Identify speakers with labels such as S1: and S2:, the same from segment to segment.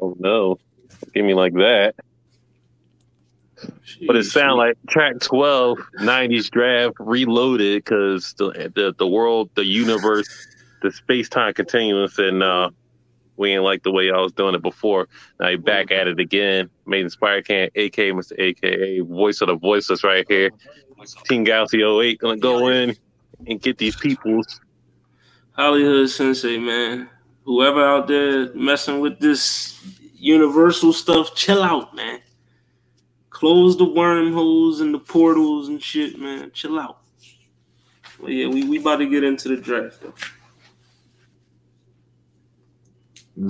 S1: Oh, no. Give me like that. But it sound like track 12, 90s draft reloaded because the, the the world, the universe, the space time continuum said, nah, uh, we ain't like the way I was doing it before. Now you back at it again. Made Inspired Can, AK, Mr. AKA, voice of the voiceless right here. Team Galaxy 08 gonna go in and get these peoples.
S2: Hollywood Sensei, man. Whoever out there messing with this universal stuff, chill out, man. Close the wormholes and the portals and shit, man. Chill out. But yeah, we, we about to get into the draft though.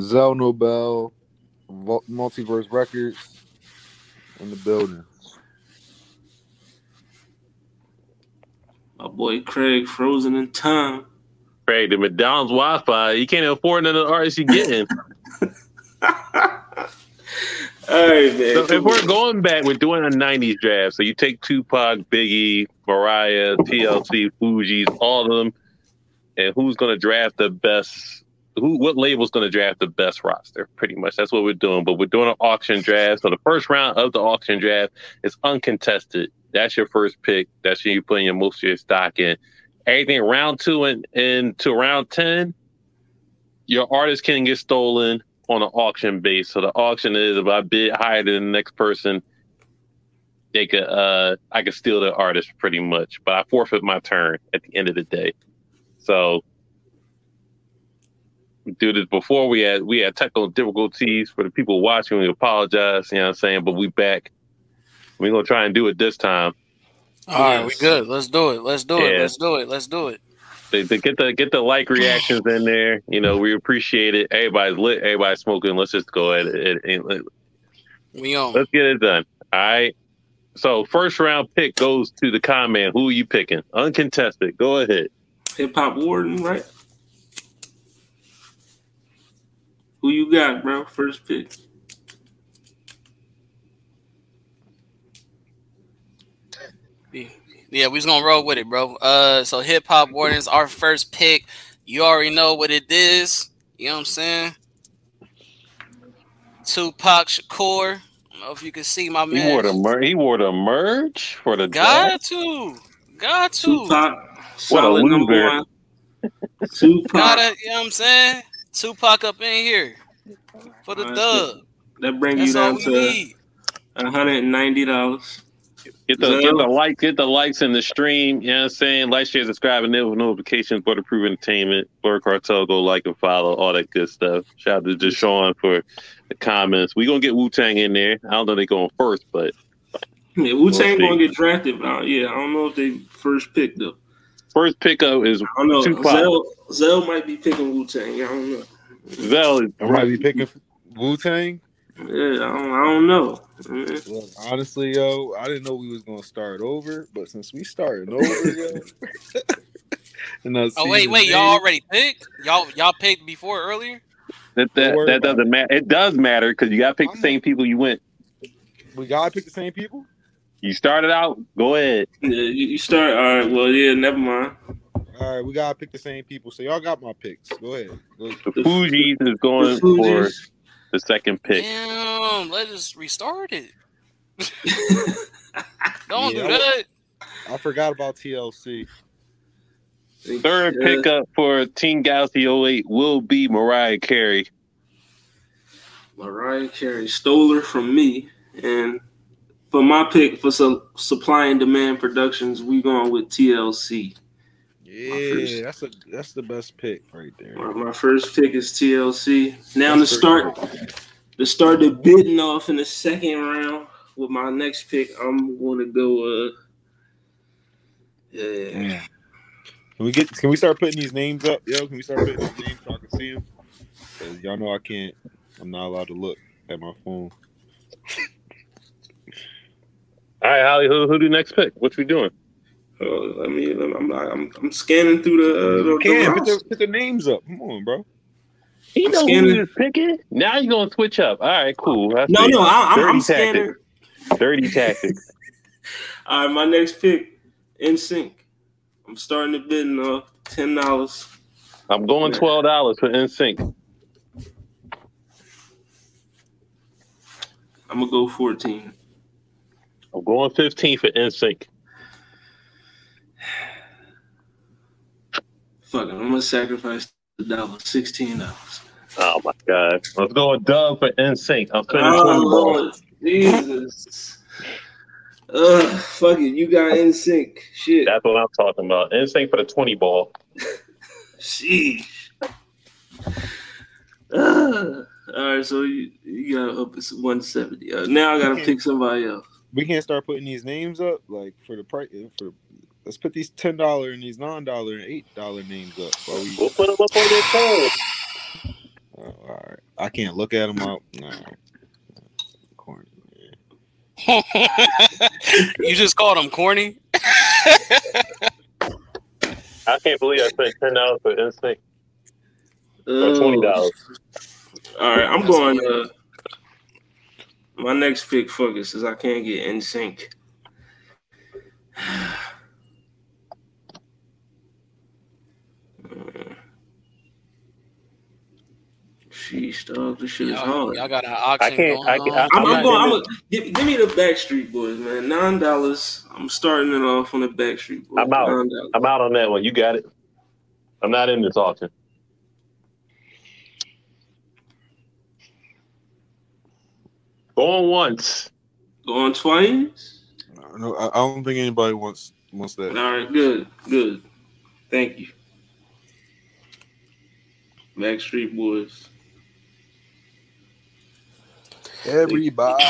S3: Zell Nobel, Vol- Multiverse Records, in the building.
S2: My boy Craig frozen in time.
S1: Craig, the McDonald's Wi Fi, you can't afford none of the artists you're getting.
S2: All right, man.
S1: So if we're going back, we're doing a '90s draft. So you take Tupac, Biggie, Mariah, TLC, Fugees, all of them, and who's going to draft the best? Who? What label's going to draft the best roster? Pretty much, that's what we're doing. But we're doing an auction draft. So the first round of the auction draft is uncontested. That's your first pick. That's who you putting your most of your stock in. Everything round two and, and to round ten, your artist can get stolen on an auction base. So the auction is if I bid higher than the next person, they could uh I could steal the artist pretty much, but I forfeit my turn at the end of the day. So we do this before we had we had technical difficulties for the people watching. We apologize, you know what I'm saying? But we back. We're gonna try and do it this time.
S4: All right, we good. Let's do it. Let's do
S1: Yeah.
S4: it. Let's do it. Let's do it.
S1: They, they get the get the like reactions in there. You know, we appreciate it. Everybody's lit, everybody's smoking. Let's just go at it and- and
S4: We on.
S1: Let's get it done. All right. So first round pick goes to the comment. Who are you picking? Uncontested. Go ahead.
S2: Hip Hop Warden, right? Who you got, bro? First pick.
S4: Yeah, we just gonna roll with it, bro. Uh, so hip hop wardens, our first pick. You already know what it is. You know what I'm saying? Tupac Shakur. I don't know if you can see my
S1: He wore the
S4: man.
S1: mer- he wore the merge for the
S4: Got to, got to,
S2: Tupac. Solid number
S1: loser.
S2: one. Tupac.
S4: gotta. You know what I'm saying? Tupac up in here for the
S2: Alright,
S4: dub.
S2: That brings you
S4: That's all
S2: down
S4: we
S2: to
S4: need.
S2: $190.
S1: Get the get the like get the likes in the stream. You know what I'm saying? Like, share, subscribe, and enable notifications for the proof entertainment. Blur cartel, go like and follow, all that good stuff. Shout out to Deshaun for the comments. We gonna get Wu Tang in there. I don't know they going first, but
S2: Yeah, Wu Tang
S1: We'll see.
S2: gonna get drafted, but I- yeah, I don't know if they first pick though.
S1: first pickup is
S2: I don't know.
S1: Tupac.
S2: Zell, Zell might be picking Wu Tang. I don't know.
S1: Zell. is-
S3: I might be picking Wu Tang.
S2: Yeah, I don't, I don't know. Mm-hmm. Yeah.
S3: Look, honestly, yo, I didn't know we was gonna start over, but since we started over, yo, and I
S4: Oh
S3: see
S4: wait,
S3: the
S4: wait, y'all
S3: name-
S4: already picked? Y'all y'all picked before earlier?
S1: That
S3: Don't
S1: that,
S3: worry
S1: that
S3: about
S1: doesn't matter. It does matter because you got to pick the
S3: I'm-
S1: same people you went.
S3: we gotta pick the same people.
S1: You started out. Go ahead.
S2: Yeah, you, you start. All right. Well, yeah. Never mind.
S3: All right, we gotta pick the same people. So y'all got my picks. Go ahead. Go-
S1: The Fugees is going
S2: The Fugees.
S1: for the second pick.
S4: Damn, let us restart it. Don't
S3: Yeah.
S4: do that.
S3: I forgot about TLC.
S1: Third
S2: Yeah.
S1: pickup for Team Galaxy 08 will be Mariah Carey.
S2: Mariah Carey stole her from me, and for my pick for su- supply and demand productions, we going with TLC.
S3: Yeah, that's a that's the best pick right there.
S2: My, my first pick is TLC. Now to
S3: That's
S2: start to start the bidding off in the second round with my next pick, I'm gonna go. Uh, yeah,
S3: Can we get? Can we start putting these names up, yo? Can we start putting these names so I can see them? Cause y'all know I can't. I'm not allowed to look at my phone.
S1: All right, Holly, who, who do next pick? What you doing?
S2: oh, let me. Let me I'm, like, I'm I'm scanning through the. Uh, the, the
S3: Cam, put
S2: roster.
S3: the, put the names up. Come on, bro.
S1: He
S2: I'm
S1: knows who
S2: scanning.
S1: he was picking. Now you're going to switch up. All right, cool. I
S2: no,
S1: see.
S2: no, I, I'm,
S1: Dirty
S2: I'm scanning.
S1: tactic. Dirty tactics.
S2: All right, my next pick, in sync. I'm starting to bidding off ten dollars.
S1: I'm going $12 for NSYNC.
S2: I'm gonna go 14.
S1: I'm going 15 for NSYNC.
S2: Fuck it, I'm gonna sacrifice the dollar, sixteen dollars.
S1: Oh my god. Let's go a dub for NSYNC. I'm spending
S2: Oh
S1: 20 bucks.
S2: Lord, Jesus. Ugh, fuck it, you got in sync. Shit.
S1: That's what I'm talking about. NSYNC for the 20 ball.
S2: Sheesh. Ugh. all right, so you, you gotta up it's 170. Uh, now I gotta pick somebody else.
S3: We can't start putting these names up like for the price. For let's put these ten dollar and these non dollar and eight dollar names up. While we,
S1: We'll put them up on their phone.
S3: oh, all right, I can't look at them out. All right. Corny, man.
S4: you just called him corny.
S1: I can't believe I spent $10 for NSYNC. Or
S2: Uh,
S1: $20.
S2: All right, I'm going. Uh, my next pick, fuck it, says I can't get in sync. Sheesh, dog, this shit is
S4: Y'all,
S2: hard.
S4: y'all got an auction
S1: I can't-
S4: going
S1: I can't-
S4: on.
S2: I'm, I'm
S1: I'm
S2: going. I'm
S1: not
S2: a, give, give me the Backstreet Boys, man. Nine dollars. I'm starting it off on the Backstreet Boys.
S1: I'm out.
S2: $9.
S1: I'm out on that one. You got it. I'm not in this auction. Going once.
S2: Going twice.
S3: No, no, I, I don't think anybody wants wants
S2: All
S3: that.
S2: right, good, good. Thank you. Backstreet Boys.
S3: Everybody.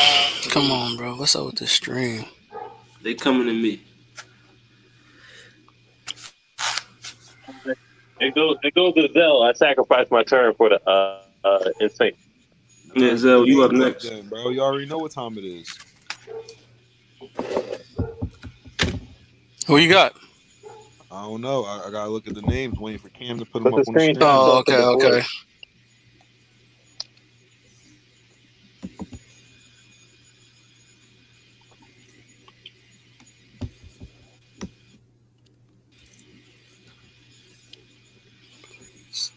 S4: Come on, bro. What's up with this stream?
S2: They coming to me.
S1: It goes. It goes to Zell. I sacrificed my turn for the uh, uh insane.
S2: Yeah, Zell, you up next.
S3: Then, bro. You already know what time it is.
S4: Who you got?
S3: I don't know. I, I gotta look at the names, waiting for Cam to
S1: Put
S3: put them
S1: the
S3: up on the
S1: screen
S3: screen.
S1: time.
S4: Oh, okay, okay.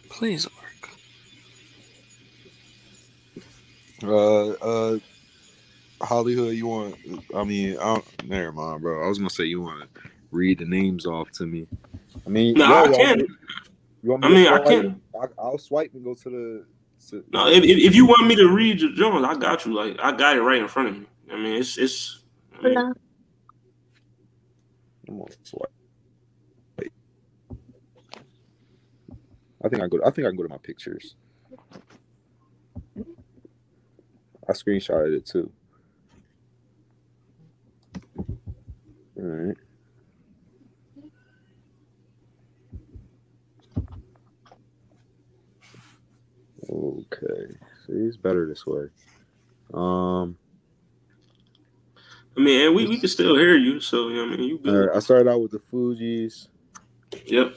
S4: Please work.
S3: Uh, uh, Hollywood, you want? I mean, I don't, never mind, bro. I was gonna say you want to read the names off to me. I mean,
S2: No,
S3: yeah,
S2: I
S3: y'all
S2: can.
S3: do. You want
S2: I mean,
S3: to
S2: I can.
S3: swipe? I, I'll swipe and go to the. To,
S2: No, if, if, if you want me to read your Jones, I got you. Like I got it right in front of me. I mean, it's it's. I mean,
S3: I'm on swipe. I think I go. I think I can go to my pictures. I screenshotted it too. All right. Okay. See, it's better this way. Um.
S2: I mean, and we, we can still hear you. So you know what I mean, you
S3: All
S2: good?
S3: right. I started out with the Fugees.
S2: Yep.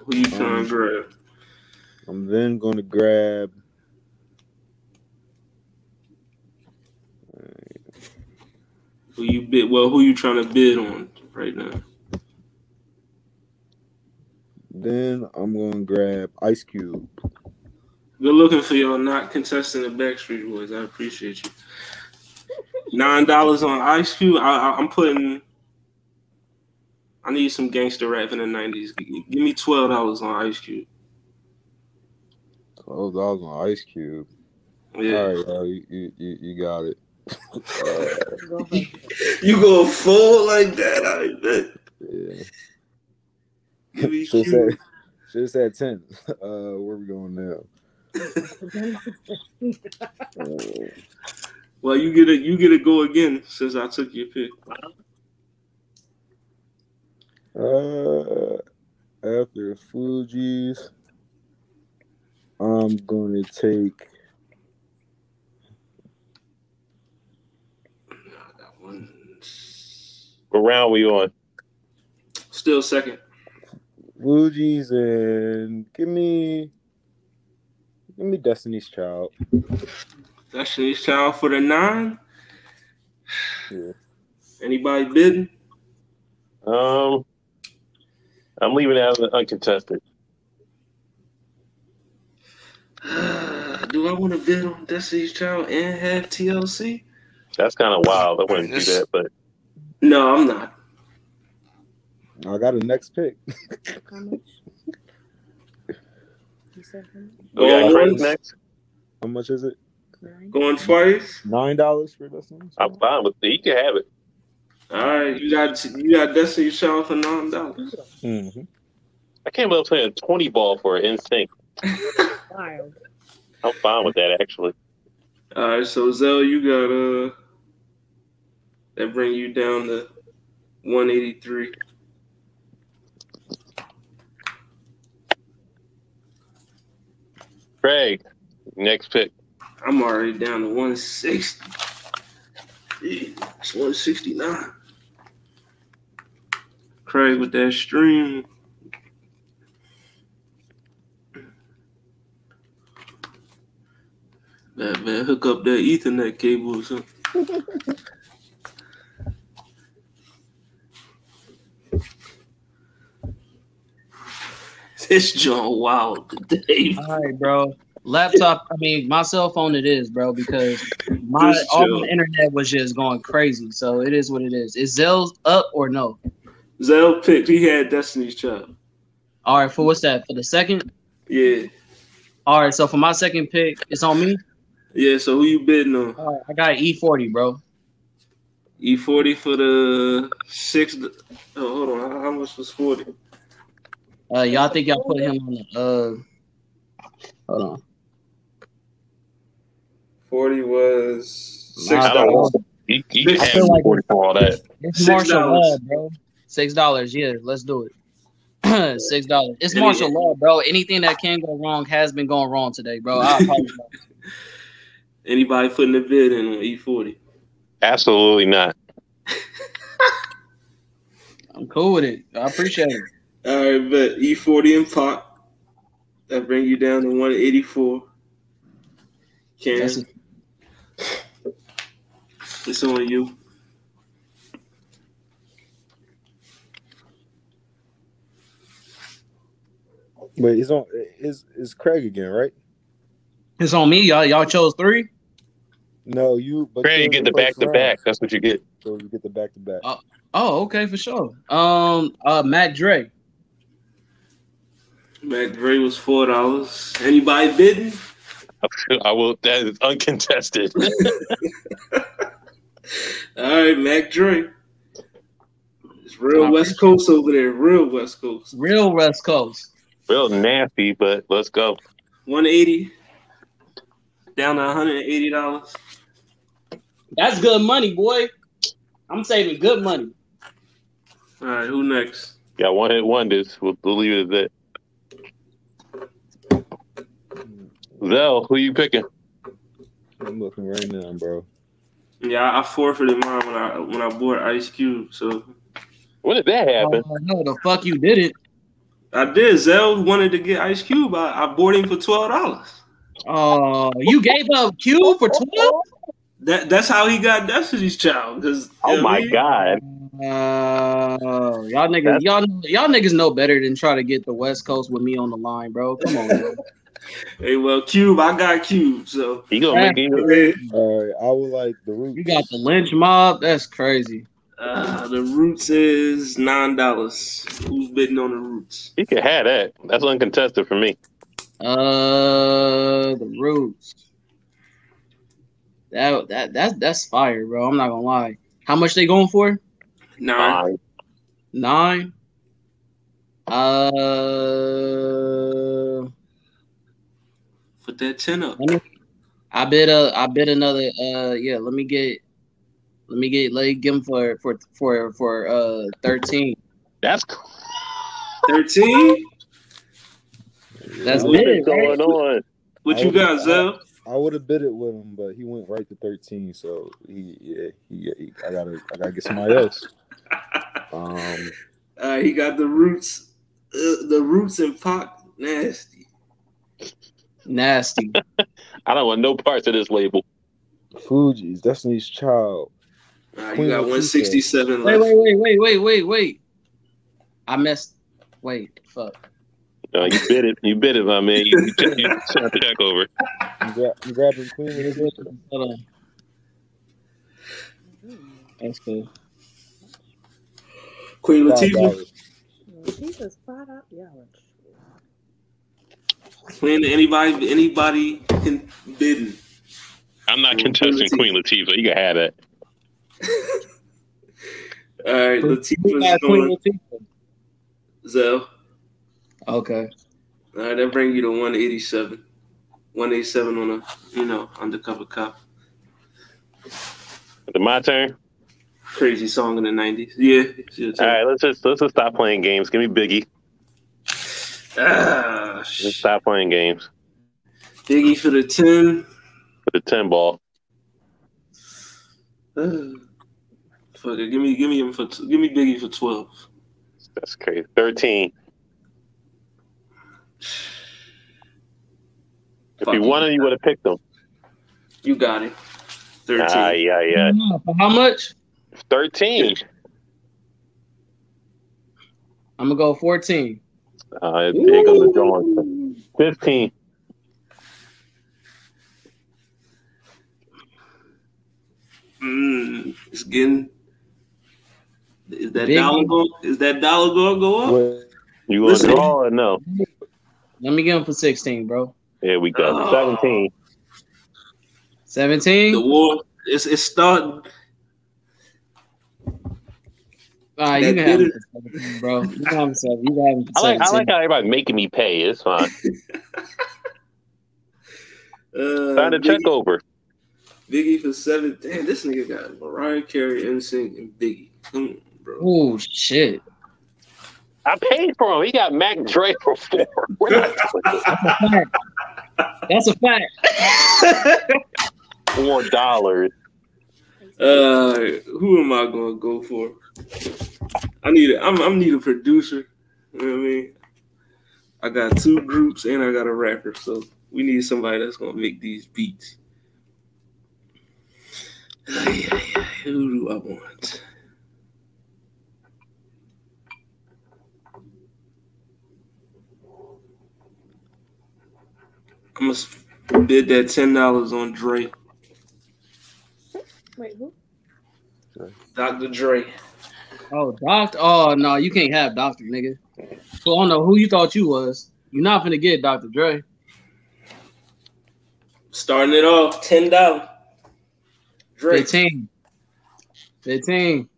S2: Who you trying to grab?
S3: I'm then going to grab.
S2: Who you bid? Well, who you trying to bid on right now?
S3: Then I'm going to grab Ice Cube.
S2: Good looking for y'all not contesting the Backstreet Boys. I appreciate you. Nine dollars on Ice Cube. I, I, I'm putting. I need some gangster rap in the '90s. G- Give me twelve dollars on Ice Cube.
S3: Twelve dollars on Ice Cube.
S2: Yeah,
S3: All right, bro, you, you you you got it. Uh,
S2: you go full like that. I bet.
S3: yeah.
S2: Give me
S3: Should
S2: Cube.
S3: have said, said ten. Uh, where we going now? Uh,
S2: Well, you get it. You get to go again since I took your pick.
S3: Uh, after Fuji's, I'm going to take.
S1: What round we on?
S2: Still second.
S3: Fuji's and give me give me Destiny's Child.
S2: That's your child for the nine.
S3: Yeah.
S2: Anybody bidding?
S1: Um, I'm leaving it out of the uncontested.
S2: do I want to bid on Destiny's Child and have TLC?
S1: That's kind of wild. I wouldn't do that, but
S2: No, I'm not.
S3: I got a next pick.
S5: How much? You said how much?
S1: we got Craig next.
S3: How much is it?
S5: Nine?
S2: Going twice.
S3: Nine dollars for this one.
S1: I'm fine with he can have it.
S2: All right, you got you got Destiny's Child for nine dollars.
S3: Mhm.
S1: I can't believe I'm playing twenty ball for an NSYNC.
S5: Wild.
S1: I'm fine with that actually.
S2: All right, so Zell, you got uh that bring you down to one eighty three.
S1: Craig, next pick.
S2: I'm already down to one sixty. It's one sixty nine. Craig with that stream. Man, man, hook up that Ethernet cable or something. this John Wild today.
S6: All right, bro. Laptop. I mean, my cell phone. It is, bro, because my
S2: Just
S6: all
S2: chill.
S6: my internet was just going crazy. So it is what it is. Is Zell's up or no?
S2: Zell picked. He had Destiny's Child.
S6: All right, for what's that? For the second.
S2: Yeah.
S6: All right, so for my second pick, it's on me.
S2: Yeah, so who you bidding on?
S6: All right, I got E40, bro.
S2: E forty for the six. Oh, hold on. How, how much was forty?
S6: Uh, y'all think y'all put him on the uh? Hold on.
S2: Forty was six
S1: I
S2: dollars.
S1: don't. He, he can have forty for all that.
S6: It's
S2: Six
S6: martial law,
S2: dollars.
S6: bro. Six dollars. Yeah, let's do it. Six dollars. It's
S2: Any-
S6: martial law, bro. Anything that can go wrong has been going wrong today, bro. I apologize.
S2: Anybody putting a bid in on E forty?
S1: Absolutely not.
S6: I'm cool with it. I appreciate it.
S2: All right, but E forty and pop. That bring you down to one eighty four. Cam,
S6: That's it.
S2: it's on you.
S3: Wait, it's on. Is is Craig again? Right?
S6: It's on me, y'all. Y'all chose three.
S3: No, you. But
S1: Craig, you
S3: you're
S1: get
S3: in
S1: the back
S3: first
S1: to
S3: round,
S1: back. That's what you get.
S3: So you get the back to back.
S6: Oh. Oh, okay, for sure. Um, uh, Matt Dre.
S2: Mac Dre was four dollars. Anybody bidding?
S1: I will. That is uncontested.
S2: All right, Mac Dre. It's real
S6: I
S2: West Coast over there. Real West Coast.
S6: Real West Coast.
S1: Real nasty, but let's go.
S2: One eighty. Down to one hundred and eighty dollars.
S6: That's good money, boy. I'm saving good money.
S2: All right, who next?
S1: Got one hit wonders. We'll, we'll leave it at that. Zell, who you picking?
S3: I'm looking right now, bro.
S2: Yeah, I forfeited mine when I when I bought Ice Cube. So
S1: When did that
S6: Oh,
S1: happen?
S6: no, the fuck you did it.
S2: I did. Zell wanted to get Ice Cube. I, I bought him for twelve dollars.
S6: Oh, you gave up Q for twelve.
S2: That that's how he got Destiny's Child. Cause
S1: Oh my god!
S6: Uh, y'all niggas,
S1: That's-
S6: y'all, y'all niggas know better than try to get the West Coast with me on the line, bro. Come on, bro.
S2: Hey, well, Cube, I got Cube. So uh,
S1: He gonna make it.
S3: All right, I would like the root.
S6: you got the lynch mob. That's crazy.
S2: uh, the Roots is nine dollars. Who's bidding on the Roots?
S1: He can have that. That's uncontested for me.
S6: Uh, the roots. That that that's that's fire, bro. I'm not gonna lie. How much they going for?
S2: Nine.
S1: Fine.
S6: Nine. Uh,
S2: Put that ten up.
S6: I bid a, I bid another. Uh, yeah. Let me get, let me get, let me give him for for for for uh thirteen.
S1: That's cool.
S2: Thirteen.
S6: That's
S1: What's
S6: big, right?
S1: going on?
S2: What you got, Zell?
S3: I would have bid it with him, but he went right to 13. So he, yeah, he, he- I gotta, I gotta get somebody else. Um,
S2: Uh, he got the Roots. Uh, the Roots and Pac. Nasty.
S6: Nasty.
S1: I don't want no parts of this label.
S3: Fuji's Destiny's Child.
S2: All right, you
S3: Queen
S2: got
S3: Latifah.
S2: one sixty seven
S6: wait,
S2: left.
S6: wait, wait, wait, wait, wait, wait. I missed. Wait, fuck.
S1: Uh, you bit it. You bit it, my man. You, you, check, you check, check over.
S7: I'm, gra- I'm grabbing Queen with this
S6: Hold on. That's cool.
S2: Queen
S7: five
S2: Latifah
S7: dollars.
S5: Latifah's five out. Yeah,
S2: playing to anybody anybody can bidding.
S1: I'm not contesting Queen Latifah. You can have that.
S2: All right,
S6: Who got
S2: Latifah's
S6: Queen
S2: going
S6: Latifah?
S2: Zell.
S6: Okay.
S2: All right, that bring you to 187. 187 on a you know undercover cop.
S1: Is it my turn?
S2: Crazy song in the 90s. Yeah. it's your
S1: All
S2: turn.
S1: right, let's just let's just stop playing games. Give me Biggie.
S2: Ah,
S1: Let's
S2: sh-
S1: stop playing games.
S2: Biggie for the 10.
S1: Put the ten ball.
S2: Ugh. Fuck it. Give me give me him for t- give me Biggie for 12.
S1: That's crazy. Thirteen. If you
S2: Fuck.
S1: wanted, you would have picked them.
S2: You got it. 13.
S1: Ah, yeah, yeah.
S6: For how much?
S1: Thirteen.
S6: I'm gonna go 14.
S1: Uh, there goes the drawing. Fifteen.
S2: Mm, it's getting is that
S6: Biggie.
S2: dollar go, is that dollar gonna go up?
S7: Wait,
S1: You gonna
S2: Listen.
S1: draw or no?
S6: Let me get him for 16, bro.
S1: There we go.
S2: Oh.
S1: Seventeen.
S2: The
S6: 17?
S2: war it's it's starting.
S6: Nah, you
S2: that
S6: can have him
S2: did
S6: for 17, bro. You can have him for 17. You can have him for
S1: I like I
S6: 17.
S1: like how everybody's making me pay. It's fine.
S2: Uh,
S1: Sign the
S2: Biggie,
S1: check over.
S2: Biggie for seven. Damn, this nigga got Mariah Carey, NSYNC, and Biggie. Come on, bro.
S6: Oh shit.
S1: I paid for him. He got Mac Dre for four. We're not doing this.
S6: That's a fact.
S1: four dollars.
S2: Uh, who am I gonna go for? I need a, I'm I'm need a producer. You know what I mean? I got two groups and I got a rapper, so we need somebody that's gonna make these beats. Ay, ay, ay, Who do I want? I'm gonna bid that ten dollars on Dre,
S5: Wait, who?
S2: Dr. Dre.
S6: Oh, doctor. Oh no, you can't have doctor, nigga. Well, I don't know who you thought you was. You're not gonna get Dr. Dre.
S2: Starting it off, ten dollars. Drake.
S6: 15. 15.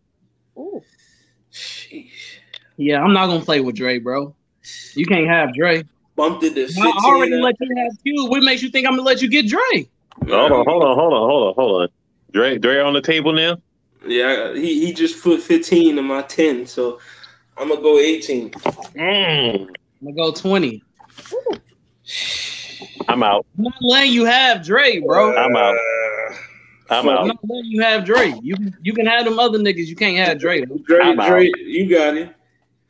S5: Ooh,
S2: Sheesh.
S6: Yeah, I'm not gonna play with Dre, bro. You can't have Dre.
S2: Bumped it to fifteen.
S6: I already let you have Q. What makes you think I'm gonna let you get Dre?
S1: Hold on, hold on, hold on, hold on, hold on. Dre, Dre on the table now.
S2: Yeah, I- he he just put fifteen in my ten, so I'm gonna go eighteen.
S1: Mm.
S6: I'm gonna go 20.
S1: I'm out.
S6: I'm not letting you have Dre, bro.
S1: I'm out.
S2: Uh,
S1: I'm
S6: I'm
S1: out.
S6: not letting you have Dre. You you can have them other niggas. You can't have Dre. though.
S2: Dre,
S1: I'm out.
S2: Dre, you got it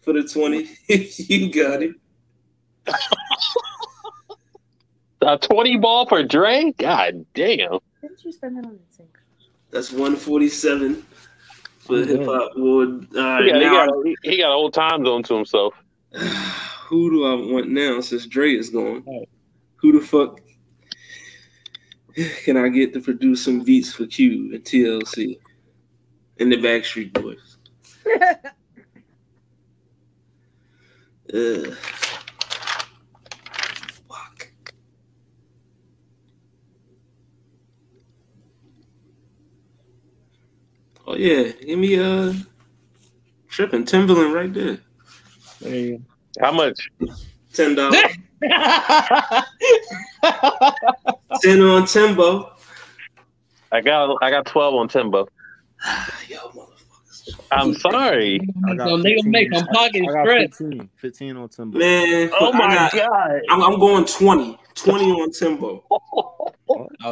S2: for the twenty. you got it.
S1: A twenty ball for Dre. God damn.
S5: didn't you spend that on NSYNC?
S2: That's one forty seven for
S6: Mhm.
S2: hip hop award. All right,
S1: He got, he
S2: now
S1: got, he- he got an old time zone to himself.
S2: who do I want now since Dre is gone?
S6: Right.
S2: Who the fuck can I get to produce some beats for Q and TLC and the Backstreet Boys? Ugh. Fuck. Oh yeah, give me uh tripping Timberland right there.
S6: There you
S1: How much?
S2: Ten dollars.
S6: go.
S2: Ten on Timbo.
S1: I got I got twelve on Timbo.
S2: Yo, motherfucker.
S1: I'm sorry.
S7: I got
S6: So nigga
S7: 15.
S6: make them pocket
S7: I got
S6: stretch.
S7: 15. 15 on Timber.
S2: Man,
S1: Oh
S2: I
S1: my
S2: got-
S1: god.
S2: I'm, I'm going 20. 20 on Timbo.
S6: Oh,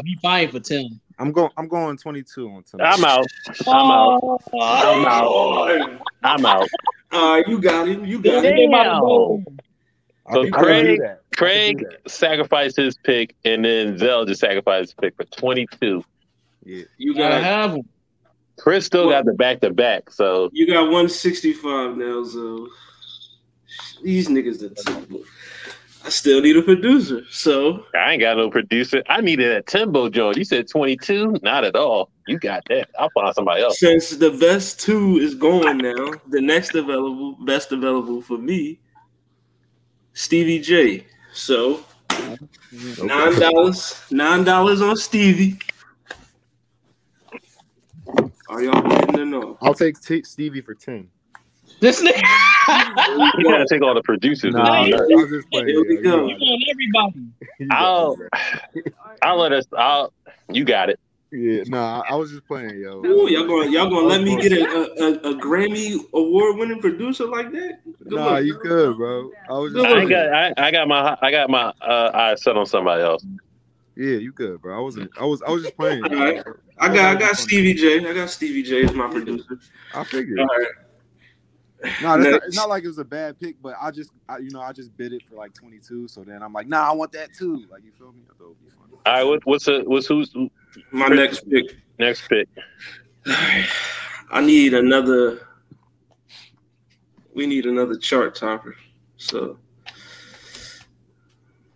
S6: he fine for ten.
S7: I'm going. I'm going 22 on Timber.
S1: I'm out. I'm out. I'm out.
S2: All
S1: I'm out.
S2: right, you got it. You got it.
S1: Damn.
S7: I
S1: So
S7: can- I can
S1: Craig-
S7: do that. I can
S1: Craig
S7: do that.
S1: sacrificed his pick, and then Zell just sacrificed his pick for 22.
S2: You
S6: You gotta
S2: got
S6: have him.
S1: Chris still got the back to back, so
S2: you got 165 now, so These niggas are terrible. I still need a producer. So
S1: I ain't got no producer. I needed a Timbo joint. You said 22? Not at all. You got that. I'll find somebody else.
S2: since the best two is going now, the next available best available for me, Stevie J. So nine dollars, nine dollars on Stevie. Are y'all getting or no?
S7: I'll take t- Stevie for ten.
S6: This nigga.
S2: There we
S1: You gotta
S2: go.
S1: take all the producers.
S7: Nah,
S1: with
S7: I-
S1: you.
S7: I was just playing.
S2: Here we
S7: yo, you
S2: go.
S7: got it.
S6: on everybody.
S7: You got
S1: I'll
S7: it,
S1: I'll let us I'll you got it.
S7: bro. Yeah, nah, I I was just playing, yo.
S2: Ooh, y'all gonna y'all gonna let me get a, a, a, a Grammy award winning producer like that? Good
S7: Nah,
S2: luck.
S7: you good, bro. I was just
S1: I ain't
S7: playing.
S1: got I, I got my I got my uh eyes set on somebody else.
S7: Yeah, you good, bro. I wasn't. I was. I was just playing.
S2: Alright. I got I got Stevie J. I got Stevie J as my producer.
S7: I figured.
S2: All right.
S7: No, that's not,
S2: Next.
S7: it's not like it was a bad pick, but I just, I, you know, I just bid it for like 22. So then I'm like, nah, I want that too. Like, you feel me? I thought it would be fun.
S1: All right, what, what's a, what's who's
S2: My next pick.
S1: next pick?
S2: I need another. We need another chart topper. So.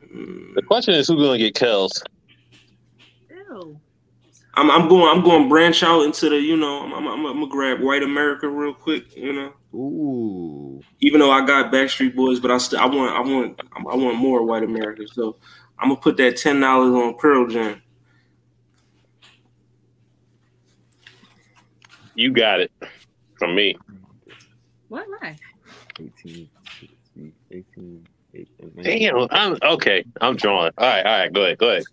S2: mm,
S1: The question is who's gonna get kills.
S5: Ew.
S2: I'm, I'm going. I'm going branch out into the. You know, I'm, I'm, I'm, gonna grab White America real quick. You know,
S7: Ooh.
S2: even though I got Backstreet Boys, but I still I want I want I want more White America. So I'm gonna put that ten dollars on Pearl Jam.
S1: You got it from me.
S5: Why am I?
S7: 18, 18, 18, 18
S1: Damn, I'm okay. I'm drawing. All right, all right, go ahead, go ahead.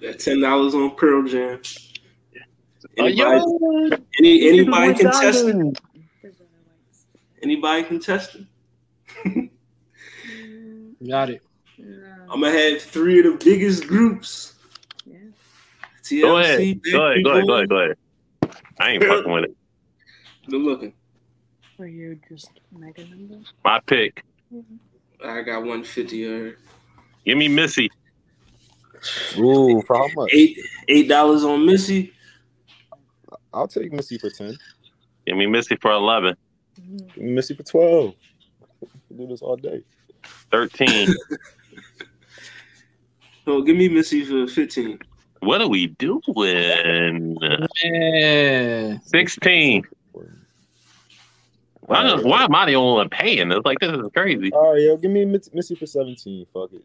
S2: That ten dollars on Pearl Jam.
S1: Oh,
S2: Anybody,
S1: yo,
S2: any,
S1: you
S2: anybody
S1: the
S2: can
S1: White
S2: test it.
S1: Diamond.
S5: There's other ones.
S2: Anybody can test it.
S5: Mm,
S6: Got it.
S5: No.
S2: I'm gonna have three of the biggest groups.
S5: Yeah.
S2: TLC,
S1: Go ahead, go ahead,
S2: Backstreet
S1: go ahead, go ahead,
S2: Boys.
S1: go ahead. I ain't fucking with it.
S2: Good looking.
S5: Were you just mega number?
S1: My pick.
S2: I got 150 or
S1: Give me Missy.
S7: Ooh, for how much?
S2: eight eight dollars on Missy.
S7: I'll take Missy for 10.
S1: Give me Missy for 11,
S5: Mhm.
S7: Missy for 12. do this all day.
S1: 13.
S2: So give me Missy for 15.
S1: what are we doing?
S6: Yeah.
S1: 16. Why, don't- why am I the only one paying? It's like, this is crazy.
S7: All right, yo, give me Miss- Missy for 17. Fuck it.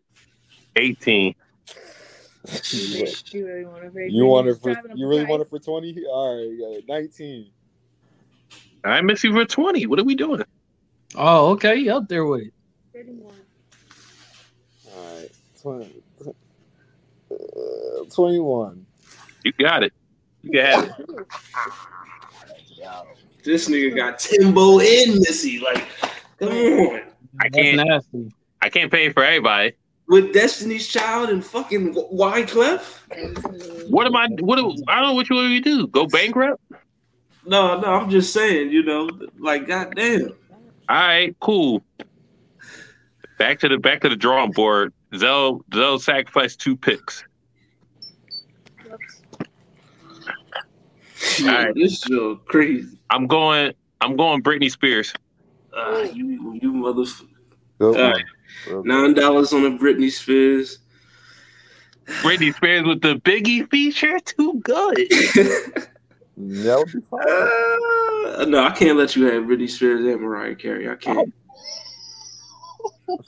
S1: 18.
S5: You really- you really want to raise
S7: You want it
S5: just
S7: for?
S5: driving up
S7: You
S5: the
S7: really
S5: price.
S7: want it for 20? All right, yeah, 19.
S1: All right, Missy for 20. What are we doing?
S6: Oh, okay. You up there with it?
S5: Thirty-one.
S7: All right, 20, uh, 21.
S1: You got it. You got it.
S2: This nigga got Timbo and Missy. Like, come on.
S1: I
S6: That's
S1: can't.
S6: nasty.
S1: I can't pay for everybody.
S2: With Destiny's Child and fucking Wyclef?
S1: What am I? What? do- I don't know what you want me to do. Go bankrupt?
S2: No, no, I'm just saying, you know, like goddamn.
S1: All right, cool. Back to the back to the drawing board. Zell Zell sacrificed two picks.
S2: Yo,
S1: Alright.
S2: This show crazy.
S1: I'm going. I'm going Britney Spears.
S2: Uh, you you motherfucker.
S7: Good
S2: All right. Nine dollars on a Britney Spears.
S1: Britney Spears with the Biggie feature. Too good.
S7: That would be fine.
S2: Uh, no, I can't let you have Britney Spears and Mariah Carey. I can't.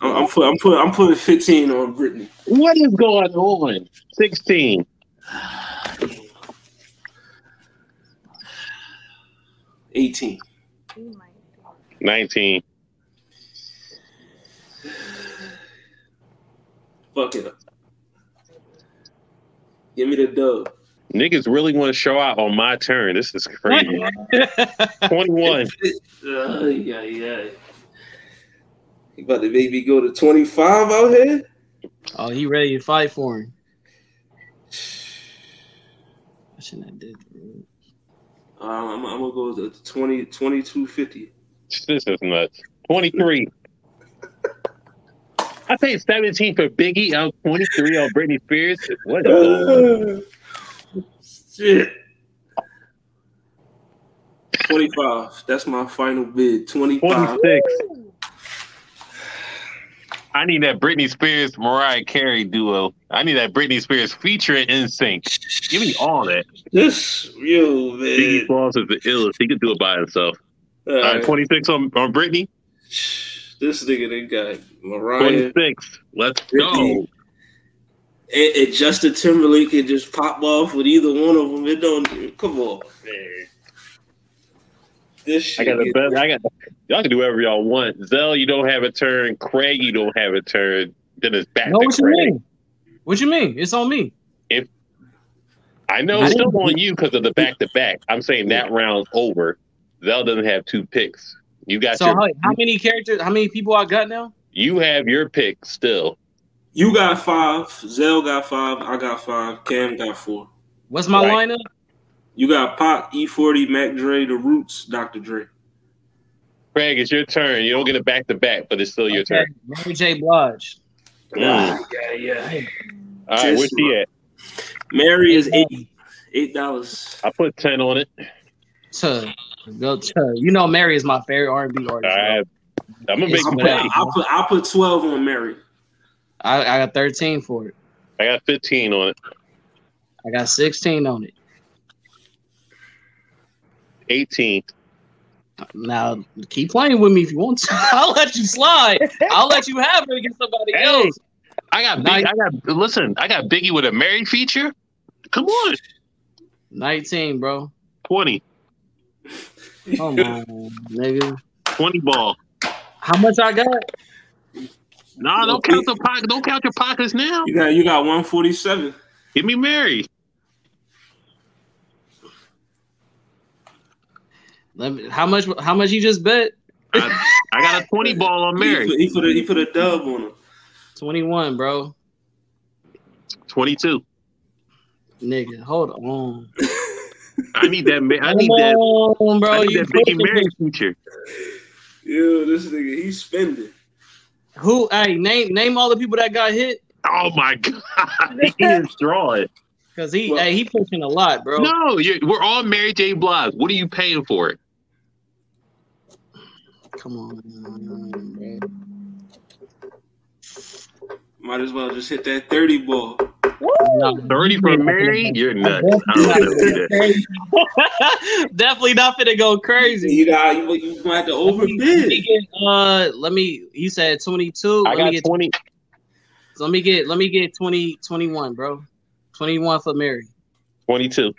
S2: I'm, I'm putting I'm put, I'm putting 15 on Britney.
S1: What is going on? Sixteen.
S2: Eighteen.
S5: You might.
S1: 19.
S2: Fuck it. Give me the dub.
S1: Niggas really want to show out on my turn. This is crazy. 21.
S2: Uh, yeah, yeah. You about to make me go to 25 out here?
S6: oh, he ready to fight for him. I shouldn't have did. that.
S2: Um, I'm, I'm gonna go to 20, 2250.
S1: This is nuts. 23. I paid 17 for Biggie. I'm 23 on Britney Spears. What is going on?
S2: Uh. Shit. 25. That's my final bid. 25.
S1: 26. I need that Britney Spears Mariah Carey duo. I need that Britney Spears featuring NSYNC. Give me all that.
S2: This you
S1: Biggie
S2: man.
S1: Smalls is the illest. He could do it by himself.
S2: All
S1: All right,
S2: right.
S1: 26 on, on Britney.
S2: This nigga they got Mariah
S1: 26. Let's go.
S2: Britney. and, and Justin Timberlake can just pop off with either one of them. It don't come on, man. This
S1: I
S2: shit
S1: got the
S2: is-
S1: best. I got y'all can do whatever y'all want. Zell, you don't have a turn. Craig, you don't have a turn. Then it's back
S6: No,
S1: to
S6: what you
S1: Craig.
S6: mean? What you mean? It's on me.
S1: I know it's still on you because of the back to back. I'm saying that round's over. Zell doesn't have two picks. You got
S6: So
S1: your
S6: how, how many characters? How many people I got now?
S1: you have your pick still.
S2: You got five. Zell got five. I got five. Cam got four.
S6: What's my
S1: Right.
S6: lineup?
S2: You got Pop, E40, Mac Dre, The Roots, Dr. Dre.
S1: Craig, it's your turn. You don't get a back to back, but it's still your turn.
S6: Okay, Mary J. Blige.
S1: Mm.
S2: Yeah, yeah.
S1: All right, where's she at?
S2: Mary is eight. Eight dollars.
S1: I put ten on it.
S6: To go to you know Mary is my favorite R and B
S1: All
S6: artist. bro.
S1: right, I'm gonna make
S6: It's
S1: a
S2: I put,
S1: play.
S6: whatever.
S2: I put I put twelve on Mary.
S6: I, I got thirteen for it.
S1: I got 15 on it.
S6: I got sixteen on it.
S1: 18.
S6: Now keep playing with me if you want to. I'll let you slide. I'll let you have her against somebody
S1: Hey.
S6: else.
S1: I got Big, I got listen. I got Biggie with a married feature. Come on,
S6: Nineteen, bro.
S1: 20,
S6: Come on, nigga.
S1: 20 ball.
S6: How much I got?
S1: Nah, don't count the pocket. Don't count your pockets now.
S2: You got you got one forty seven.
S1: Give me Mary.
S6: Let me, how much? How much you just bet?
S1: I, I got a 20 ball on
S2: He
S1: Mary.
S2: put, he put a he put a dub on him.
S6: Twenty-one, bro.
S1: 22.
S6: Nigga, hold on.
S1: I need that. Ma- I need
S6: Come
S1: that.
S6: on, bro.
S1: I need
S6: you
S1: that Biggie
S6: cooking.
S1: Mary feature.
S2: Yo, this nigga, he's spending.
S6: Who? Hey, name name all the people that got hit
S1: Oh my god, he is drawing.
S6: because he
S2: Well-
S6: hey he pushing a lot, bro.
S1: No, you're, we're all Mary J. Blige. What are you paying for it?
S6: Come on, man.
S2: Might as well just hit that thirty ball.
S6: No,
S1: 30
S6: you
S1: for
S6: ain't
S1: Mary? You're nuts. I don't know if you do that.
S6: definitely not finna go crazy. Definitely not finna go crazy.
S2: You got you, you might have to
S6: Let me- Let me
S2: overbid.
S6: get, uh, let me. He said twenty-two.
S1: I
S6: Let me
S1: got
S6: get.
S1: 20.
S6: Let me get. Let me get 20, 21, bro. Twenty-one for Mary.
S1: 22.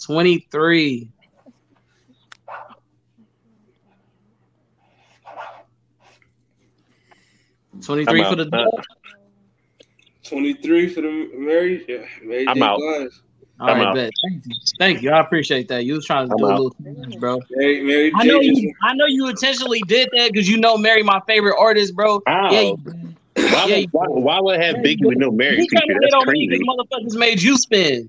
S6: Twenty-three. Twenty-three
S1: I'm
S6: for the
S1: out. Uh,
S6: dub.
S2: Twenty three for the Mary. Yeah, Mary
S1: I'm
S2: J.
S1: out.
S2: Blige.
S6: All
S1: I'm
S6: right,
S1: out.
S6: bet. Thank you. Thank you. I appreciate that. You was trying to
S1: I'm
S6: do a
S1: out.
S6: little too much, bro.
S2: Mary, Mary
S6: I
S2: J.
S6: know
S2: just-
S6: you. I know you intentionally did that because you know Mary, my favorite artist, bro.
S1: Ow.
S6: Yeah, you-
S1: Why,
S6: Yeah,
S1: would,
S6: you-
S1: why, why would I have
S6: Yeah,
S1: Biggie
S6: you-
S1: with no Mary
S6: you trying
S1: feature?
S6: to hit
S1: That's
S6: on me
S1: crazy.
S6: because motherfuckers made you spin.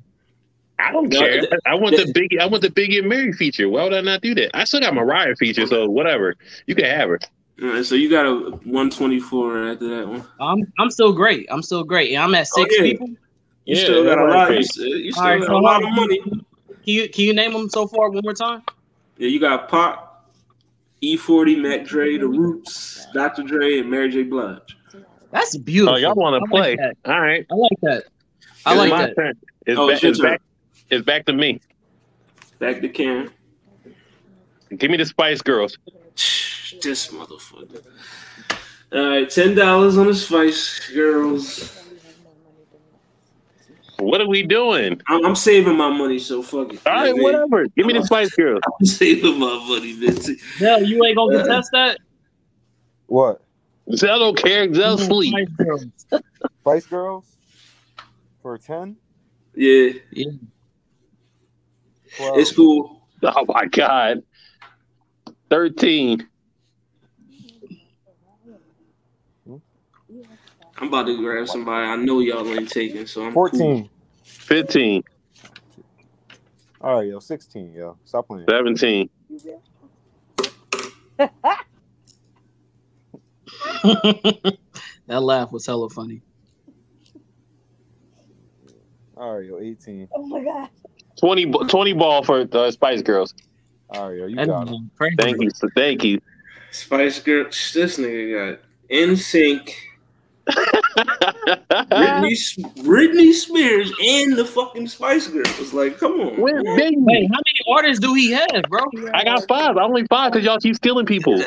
S1: I don't
S2: No,
S1: care.
S2: th-
S1: I want the Biggie. I want the Biggie and Mary feature. Why would I not do that? I still got Mariah feature, so whatever. You can have her.
S2: All right, so you got a one twenty four after that one.
S6: I'm I'm still great. I'm still great. And I'm at six
S2: yeah.
S6: people.
S2: You
S1: Yeah,
S2: still got a
S1: Mariah
S2: lot. You,
S1: feature.
S2: still- you still
S6: All right,
S2: got a
S6: so
S2: lot of
S6: hold
S2: money.
S6: Can you can you name them so far one more time?
S2: Yeah, you got Pop, E40, Mac Dre, The Roots, Dr. Dre, and Mary J. Blige.
S6: That's beautiful.
S1: Oh, y'all want
S6: I
S1: to
S6: like
S1: play?
S6: that.
S1: All right.
S6: I like that. I
S2: Yeah,
S6: like
S1: my
S6: that.
S1: turn. It's,
S2: Oh,
S1: ba-
S2: it's your
S1: it's
S2: turn.
S1: back. It's back to me.
S2: Back to Karen.
S1: Give me the Spice Girls.
S2: This motherfucker. All right, ten dollars on the Spice Girls.
S1: What are we doing?
S2: I'm, I'm saving my money, so fuck it.
S1: All right,
S2: You know what I mean?
S1: whatever. Give me the Spice Girls.
S2: I'm saving my money, bitch.
S6: Zell, you ain't gonna contest that.
S7: What?
S1: Zell don't care. Zell sleep.
S6: Spice Girls.
S7: Spice Girls for ten?
S2: Yeah,
S7: Twelve.
S2: it's cool.
S1: Oh my God. Thirteen.
S2: I'm about to grab somebody. I know y'all ain't taking, so I'm cool.
S7: Fourteen.
S1: 15,
S7: All right, yo, sixteen, yo. Stop playing.
S1: 17.
S6: that laugh was hella funny.
S7: All right, yo, eighteen.
S5: Oh my god.
S1: 20, b- 20 ball for the Spice Girls.
S7: All right, yo, you
S6: That
S7: got
S6: nigga
S7: it.
S6: crazy.
S1: Thank you. So thank you.
S2: Spice Girls. This nigga got NSYNC,
S1: Ah.
S2: Britney, S- Britney Spears and the fucking Spice Girls. Like, come on.
S1: Where's Biggie?
S6: Wait, how many artists do he have, bro?
S1: I got five. I only five because y'all keep stealing people.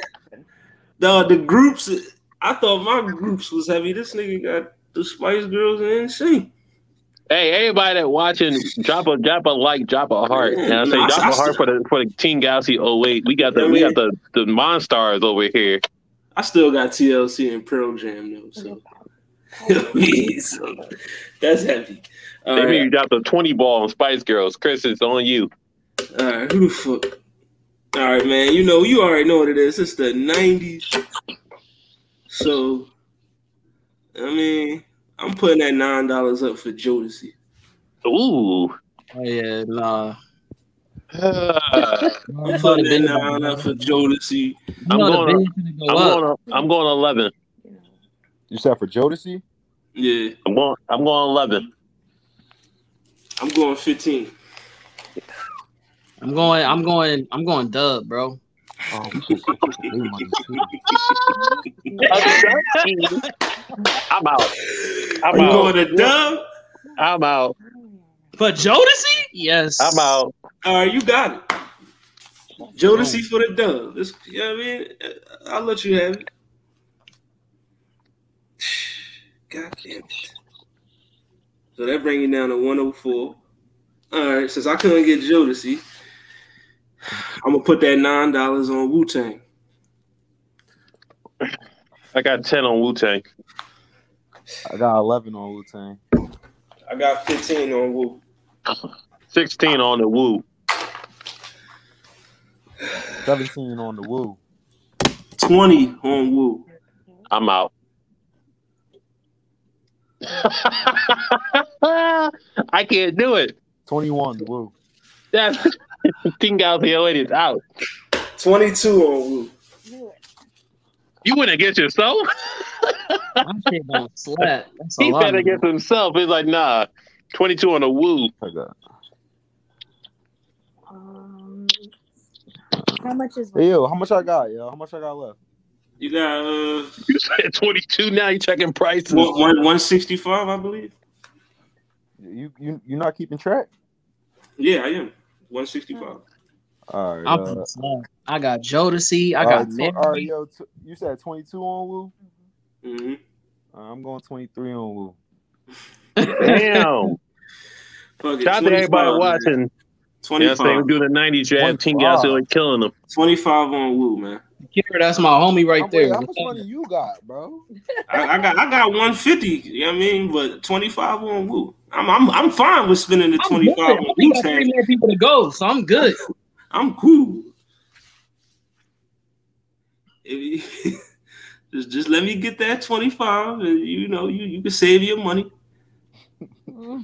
S2: The the groups. I thought my groups was heavy. This nigga got the Spice Girls and NSYNC.
S1: Hey, everybody that watching, drop a drop a like, drop a heart. And I say
S2: Nah, I-
S1: drop
S2: I
S1: a heart for the for the Team Galaxy 08. We got the we got the the monstars over here.
S2: I still got TLC and Pearl Jam though, so, So, that's heavy. All
S1: They mean you
S2: right,
S1: dropped a twenty ball on Spice Girls. Chris, it's on you.
S2: all right, who the fuck? All right, man. You know, you already know what it is. It's the '90s, so I mean, I'm putting that nine dollars up for Jodeci.
S1: Ooh.
S6: Oh, yeah, nah.
S1: Uh,
S2: I'm putting that nine up for Jodeci.
S1: I'm
S6: You know the
S1: going
S6: band finna go
S1: I'm
S6: up.
S1: going I'm going eleven.
S7: You said for Jodeci?
S2: Yeah,
S1: I'm going I'm going eleven.
S2: I'm going 15.
S6: I'm going. I'm going. I'm going. Dub, bro.
S7: Oh, shit. They money, too.
S1: I'm out.
S2: I'm
S1: I'm
S2: going
S1: out.
S2: to dub.
S1: I'm out.
S6: But Jodeci, yes.
S1: I'm out.
S2: All right, you got it. Jodeci for the dub. This, you know what I mean? Uh, I'll let you have it. God damn it. So that brings you down to 104. All right, since I couldn't get Jodeci, I'm going to put that $9 on Wu Tang.
S1: I got ten on Wu Tang.
S7: I got 11 on Wu Tang.
S2: I got 15 on Wu.
S1: Sixteen on the Wu.
S7: 17 on the Woo.
S2: 20 on Wu.
S1: I'm out. I can't do it.
S7: 21 the Woo.
S1: That's King Galaxy 08 is out.
S2: 22 on Wu.
S1: You went against yourself?
S6: My shit don't slap. That's a
S1: he
S6: lot.
S1: said against himself. He's like, nah, 22 on the woo.
S7: I got.
S5: Um, how much is
S7: Hey, yo, how much I got, yo? How much I got left?
S2: You got uh,
S1: You said 22, now you checking prices.
S2: one, one, 165, I believe.
S7: You you you not keeping track?
S2: Yeah, I am. 165.
S7: All right.
S6: I'm
S7: uh,
S6: finna slap. I got Jodeci. I
S7: all
S6: got
S7: right, tw-
S6: Mary.
S7: all right, yo, t- you said 22 on Woo?
S2: hmm
S7: All right, I'm going 23 on Woo.
S1: Damn.
S2: Fuck it,
S1: Shout out to
S2: 25,
S1: everybody
S2: man.
S1: watching. You know what I'm
S2: 25.
S1: saying? We do the 90 draft. King
S7: 25.
S1: Galaxy 08 killing them.
S2: 25 on Woo, man.
S6: Kira, that's my homie right
S7: I'm
S6: there.
S7: Oh, wait, how much money you got, bro?
S2: I, I got I got 150, you know what I mean? But 25 on Woo. I'm I'm I'm fine with spending the
S6: I'm
S2: 25
S6: good. I
S2: on
S6: only
S2: Wu
S6: got three
S2: Tang.
S6: more people to go, so I'm good.
S2: I'm cool. If you- just just let me get that 25 and you know you, you can save your money.
S5: hmm?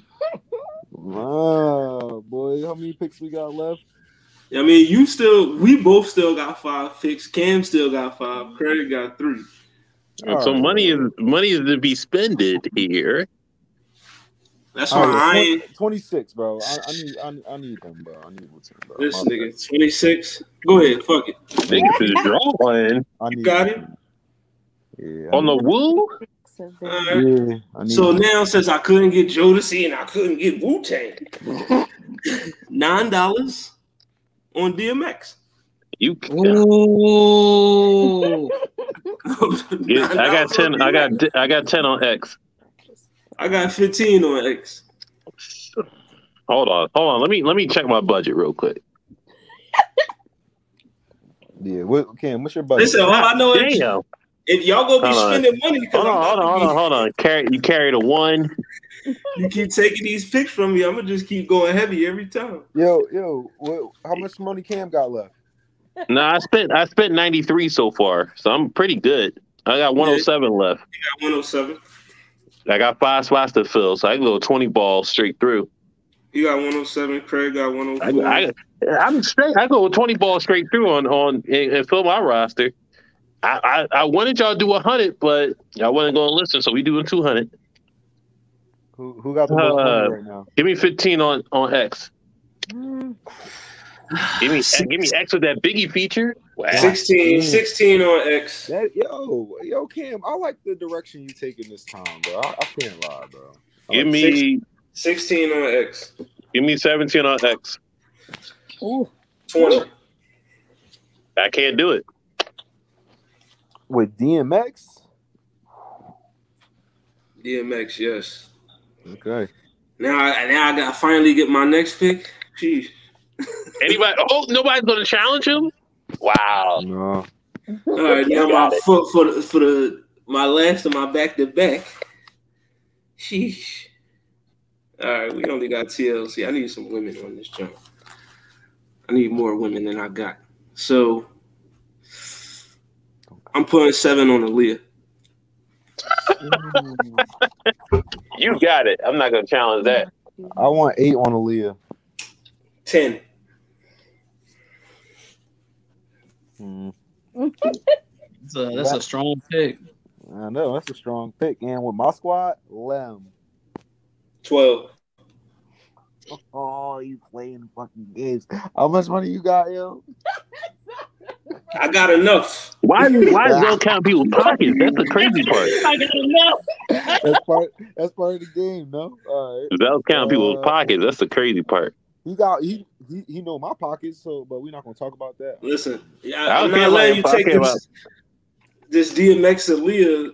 S7: Wow, boy, how many picks we got left?
S2: I mean you still we both still got five picks. Cam still got five. Craig got three.
S7: All
S1: so
S7: right.
S1: money is money is to be spended here.
S2: That's why
S7: All right,
S2: I ain't
S7: 20 26, bro. I, I need I, need- I need them, bro. I need Wu Tang, bro.
S2: this
S7: My
S2: nigga 26. Go ahead, fuck it.
S1: Niggas is drawing
S7: bad. I
S2: You
S7: need
S2: got
S7: Wu
S2: it?
S7: Tang. Yeah. I
S1: on the woo.
S2: All right.
S7: need- yeah, I need
S2: So
S7: Wu
S2: now, since I couldn't get Jodeci and I couldn't get Wu Tang, nine dollars on DMX.
S1: You,
S6: Ooh.
S1: Yeah, I got ten. I got I got ten on X.
S2: I got fifteen on X.
S1: Hold on, hold on. Let me let me check my budget real quick.
S7: Yeah, what Cam, what's your budget?
S2: Listen, all I know is
S1: Damn.
S2: if y'all gonna be
S1: Hold on.
S2: spending money, because
S1: Hold on, hold on, hold on, hold on. Carry you carried a one.
S2: you keep taking these picks from me, I'm gonna just keep going heavy every time.
S7: Yo, yo, what, how much money Cam got left?
S1: No, I spent I spent ninety three so far, so I'm pretty good. I got one oh seven left.
S2: Got 107.
S1: I got five spots to fill, so I can go twenty balls straight through.
S2: You got 107. Craig got
S1: I, I
S2: 104.
S1: I'm straight. I go twenty balls straight through on on and, and fill my roster. I, I, I wanted y'all to do hundred, but y'all wasn't going to listen, so we doing two hundred.
S7: Who who got the most
S1: Uh,
S7: money right now?
S1: Give me fifteen on on X. Give me
S2: Six.
S5: Mm.
S1: give me X with that Biggie feature. Wow.
S2: 16,
S3: Mm.
S2: 16 on X.
S3: That yo, yo, Cam, I like the direction you taking this time, bro. I, I can't lie, bro.
S1: Give me
S2: 16 on X.
S1: give me seventeen on X.
S5: Ooh.
S2: 20.
S1: I can't do it.
S3: With DMX.
S2: DMX, yes.
S3: Okay.
S2: Now, I- now I got to finally get my next pick. Jeez.
S1: Anybody? Oh, nobody's gonna challenge him. Wow.
S3: No.
S2: All right, now my foot for the, for the my last and my back to back. Sheesh. All right, we only got TLC. I need some women on this joint. I need more women than I got. So I'm putting seven on Aaliyah.
S1: You got it. I'm not gonna challenge that.
S3: I want eight on Aaliyah.
S2: Ten.
S7: Hmm,
S3: Mm.
S6: That's a, that's a strong pick.
S3: I know that's a strong pick, and with my squad, Lem.
S2: 12.
S3: Oh, you playing fucking games? How much money you got, yo?
S2: I got enough.
S1: Why? Why is don't count people's pockets? That's the crazy part.
S3: That's part. That's part of the game, no? All right.
S1: They'll count people's
S3: Uh,
S1: pockets. That's the crazy part.
S3: He got he he, he know my pockets, so but we're not gonna talk about that.
S2: Listen, yeah,
S1: I
S2: I, am
S1: don't care
S2: not letting you
S1: about- I
S2: take
S1: don't care
S2: this, this DMX Aaliyah,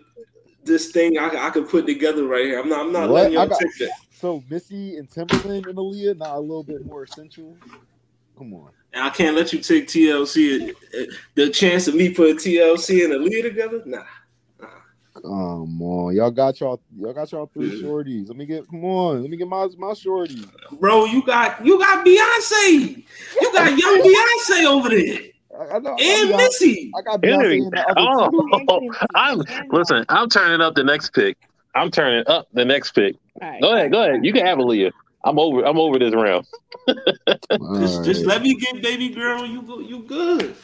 S2: this thing I, I could put together right here. I'm not, I'm not
S3: What?
S2: letting you
S3: I got-
S2: take that.
S3: So Missy and Timberland and Aaliyah, not a little bit more essential. Come on.
S2: And I can't let you take TLC. uh, The chance of me putting TLC and Aaliyah together? Nah.
S3: Come on, y'all got y'all, y'all got y'all three shorties. Let me get, come on, let me get my my shorty.
S2: Bro, you got you got Beyonce. You got young Beyonce over there.
S3: I, I know, I,
S2: And
S3: got,
S2: Missy.
S3: I got Beyonce
S1: Henry,
S3: in the other two.
S1: oh, I'm listen. I'm turning up the next pick. I'm turning up the next pick. Go ahead, go ahead. You can have Aaliyah. I'm over. I'm over this round.
S2: Just, just
S3: Alright.
S2: let me get baby girl. You go you good.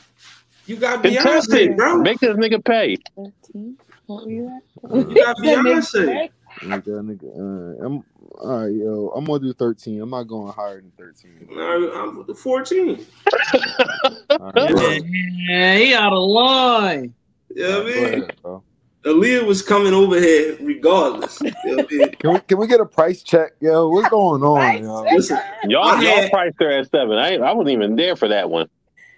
S2: You got
S1: Contested.
S2: Beyonce, bro.
S1: Make this nigga pay.
S5: Thirteen. What were you
S2: You got Beyonce.
S3: Nigga, nigga, uh, I'm all right, yo. I'm gonna do 13. I'm not going higher than 13.
S2: Nah, I'm with the 14.
S3: All right,
S2: Yeah.
S6: Yeah, he out of line.
S2: You know what I
S3: go
S2: mean?
S3: ahead, bro.
S2: Aaliyah was coming over here regardless. You know what I mean?
S3: Can we can we get a price check, yo? What's going
S5: Oh,
S3: on, yo?
S2: Listen,
S1: Y'all,
S2: I
S1: y'all
S2: had-
S1: priced her at seven. I, ain't- I wasn't even there for that one.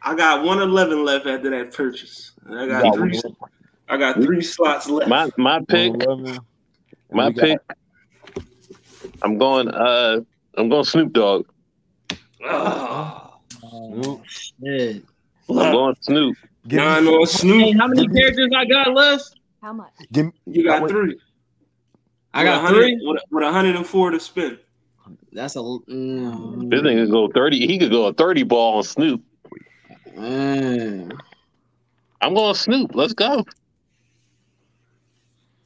S2: I got 111 left after that purchase. And I got
S3: You got
S2: three I got three slots left.
S1: My my pick.
S3: 111, and
S1: My
S3: we got-
S1: pick. I'm going. Uh, I'm going Snoop Dogg.
S2: Ah.
S6: Oh, shit.
S1: I'm going Snoop.
S3: Give me-
S2: Nine on
S6: Hey,
S2: Snoop.
S6: how many characters I got left?
S5: How much?
S3: give me-
S2: You got
S3: wait,
S2: three.
S6: I got
S2: With a hundred-
S6: three.
S2: with, with 104 to spend.
S6: That's a. Mm,
S1: This nigga could go thirty. He could go a thirty ball on Snoop.
S6: mm.
S1: I'm going Snoop. Let's go.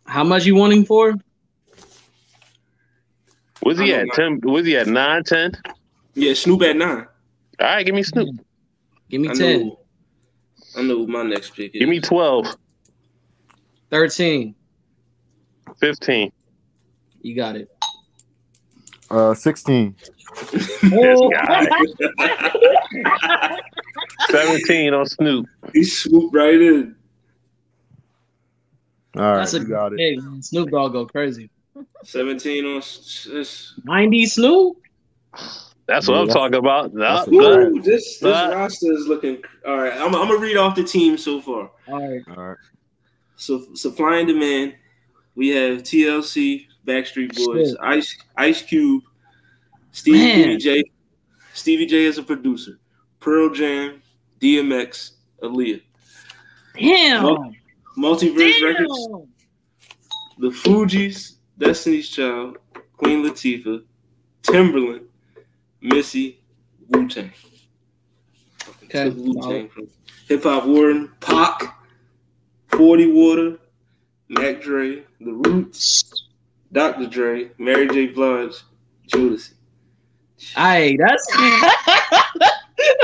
S6: How much you want him for?
S1: Was he
S2: I
S1: at
S2: don't
S1: ten? Was he at nine ten?
S2: Yeah, Snoop at nine.
S1: All right, give me Snoop.
S6: Give me
S2: I
S6: 10.
S2: know. I know who my next pick is.
S1: Give me 12,
S6: 13.
S1: 15.
S6: You got it.
S3: Uh, 16.
S1: This
S6: Oh,
S1: guy. 17 on Snoop.
S2: he swooped right in.
S3: All right,
S6: that's a
S3: you got it.
S6: big man. Snoop Dogg go crazy.
S2: 17 on. s- s-
S6: 90 Snoop?
S1: That's what
S3: Yeah,
S1: I'm
S3: that's-
S1: talking about. Nah,
S3: that's a
S1: nah.
S3: Alright.
S2: Ooh, this this
S1: Alright.
S2: roster is looking. All right, I'm, I'm gonna read off the team so far.
S6: All right.
S3: All right.
S2: So supply and demand. We have TLC, Backstreet Boys,
S6: Shit.
S2: Ice Ice Cube, Stevie
S6: Man.
S2: J, Stevie J as a producer, Pearl Jam, DMX, Aaliyah,
S6: Damn.
S2: Nope. Multiverse Records,
S6: Damn.
S2: The Fugees, Destiny's Child, Queen Latifah, Timberland, Missy, Wu Tang,
S6: Okay.
S2: Wu Tang, Hip Hop Warden, Pac, Forty Water, Mac Dre, The Roots, Dr. Dre, Mary J. Blige, Judas.
S6: Hey, that's that's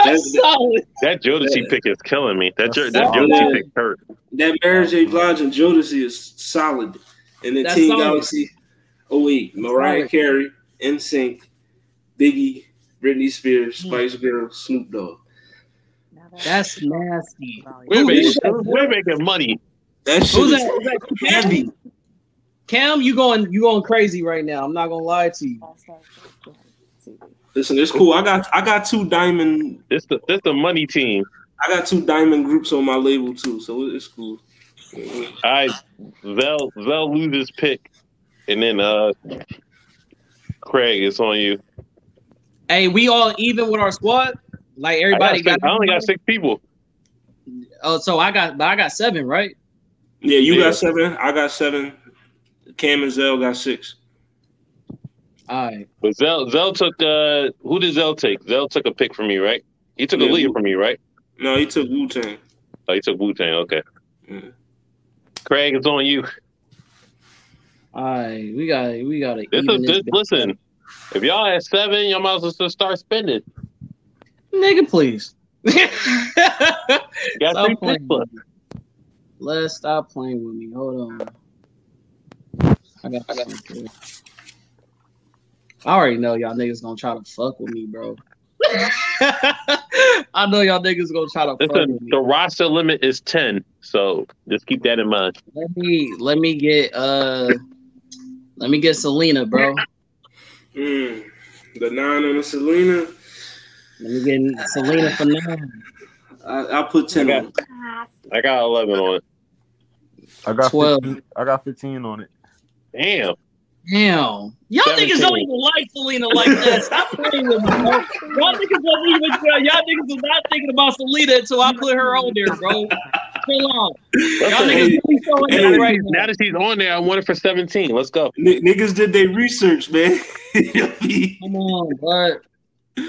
S2: That's-
S6: solid.
S1: That Jodeci pick is killing me. That, jo- that
S6: That's
S1: Jodeci
S6: solid.
S1: pick hurt.
S2: That Mary J. Blige and Jodeci is solid. And then
S6: That's
S2: Team
S6: solid.
S2: Galaxy, oh wait, Mariah
S6: Solid.
S2: Carey,
S6: Hmm.
S2: NSYNC, Biggie, Britney Spears, Spice Girl, Snoop Dogg.
S5: Not
S6: That's nasty.
S1: We're
S6: Who-
S1: making
S6: who's that?
S1: we're making money.
S2: That shit
S6: Who's
S2: is
S6: that? Who's that?
S2: heavy.
S6: Cam, you going you going crazy right now. I'm not gonna lie to you.
S2: Listen, it's cool. I got I got two diamond
S1: This the this the money team.
S2: I got two diamond groups on my label too, so it's cool.
S1: I they'll they'll lose this pick, and then uh, Craig, it's on you.
S6: Hey, we all even with our squad. Like
S1: I, got
S6: everybody
S1: six,
S6: got.
S1: I only got six people.
S6: Oh, so I got, but I got seven, right?
S2: Yeah, you
S1: Yeah.
S2: got seven. I got seven. Cam and Zell got six.
S6: All right.
S1: But Zell Zell took uh, who did Zell take? Zell took a pick from me, right? He took a
S2: Yeah.
S1: lead from me, right?
S2: No, he took Wu Tang.
S1: Oh, he took Wu Tang. Okay.
S2: Yeah.
S1: Craig, it's on you.
S6: All right. We got, we got to
S1: This
S6: even
S1: is this.
S6: bitch
S1: Listen, if y'all at seven, y'all might as well just start spending.
S6: up. nigga, please.
S1: You got
S6: Stop
S1: three
S6: playing
S1: picks left.
S6: with me. Let's stop playing with me. Hold on. I got, I got something. I already know y'all niggas gonna try to fuck with me, bro. I know y'all niggas gonna try to fuck
S1: Listen,
S6: with me.
S1: the roster limit is ten, so just keep that in mind.
S6: Let me let me get uh let me get Selena, bro.
S2: Mm. The nine on the Selena.
S6: Let me get Selena for now.
S2: I, I put ten on.
S1: I got eleven on it.
S3: I got
S6: 12.
S3: 15, I got 15 on it.
S1: Damn.
S6: Damn. Y'all niggas don't
S1: Seventeen.
S6: even like Selena like that. Stop playing with me, bro. Y'all niggas wasn't even y'all niggas was not thinking about Selena until I put her on there, bro. Chill out. Y'all
S1: Listen,
S6: niggas really showing
S2: hey,
S6: out right
S1: now
S6: now.
S1: that she's on there, I want it for seventeen. Let's go.
S2: N- niggas did their research, man.
S6: Come on, bud.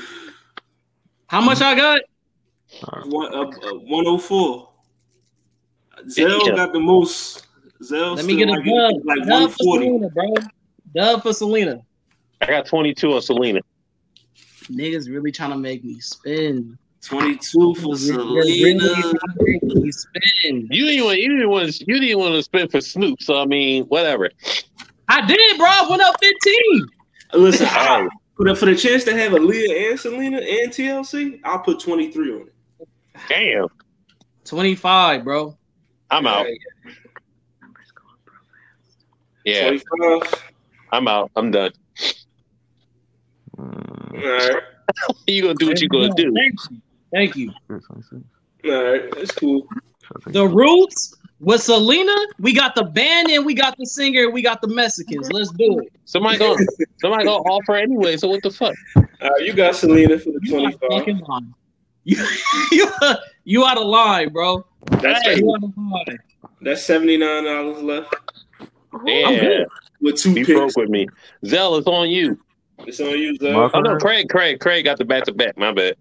S6: How much I got?
S2: One, uh, uh, 104. Zell
S1: Yeah.
S2: got the most. Zell
S6: Let me get a
S2: like,
S6: dub.
S2: like
S6: dub for
S2: 140.
S6: Selena, bro. Dub for Selena.
S1: I got twenty two on Selena.
S6: Niggas really trying to make me spin.
S2: 22 for Selena.
S6: Really spin.
S1: You didn't want you didn't want you didn't want to spend for Snoop, so I mean, whatever.
S6: I did, bro. I went up 15.
S2: Listen,
S1: Alright.
S2: I, for, the, for the chance to have Aaliyah and Selena and TLC, I'll put 23 on it.
S1: Damn.
S6: 25, bro.
S1: I'm out. Yeah,
S2: 25.
S1: I'm out. I'm done.
S2: All right.
S1: You gonna do what you gonna do.
S6: Thank you. Thank you.
S2: All right. That's cool.
S6: The Roots with Selena, we got the band and we got the singer, we got the Mexicans. Let's do it.
S1: Somebody gonna somebody gonna offer anyway, so what the fuck?
S2: All right. You got Selena for the
S6: You out of
S2: 25.
S6: fucking line. You, you, you out of line, bro.
S2: That's,
S1: Hey.
S6: You out of line.
S2: that's $79 left
S1: Yeah,
S2: with two
S1: you
S2: picks.
S1: broke with me. Zell, it's on you.
S2: It's on you, Zell.
S3: Motherfucker.
S1: Oh no, Craig, Craig, Craig got the back to back. My bad.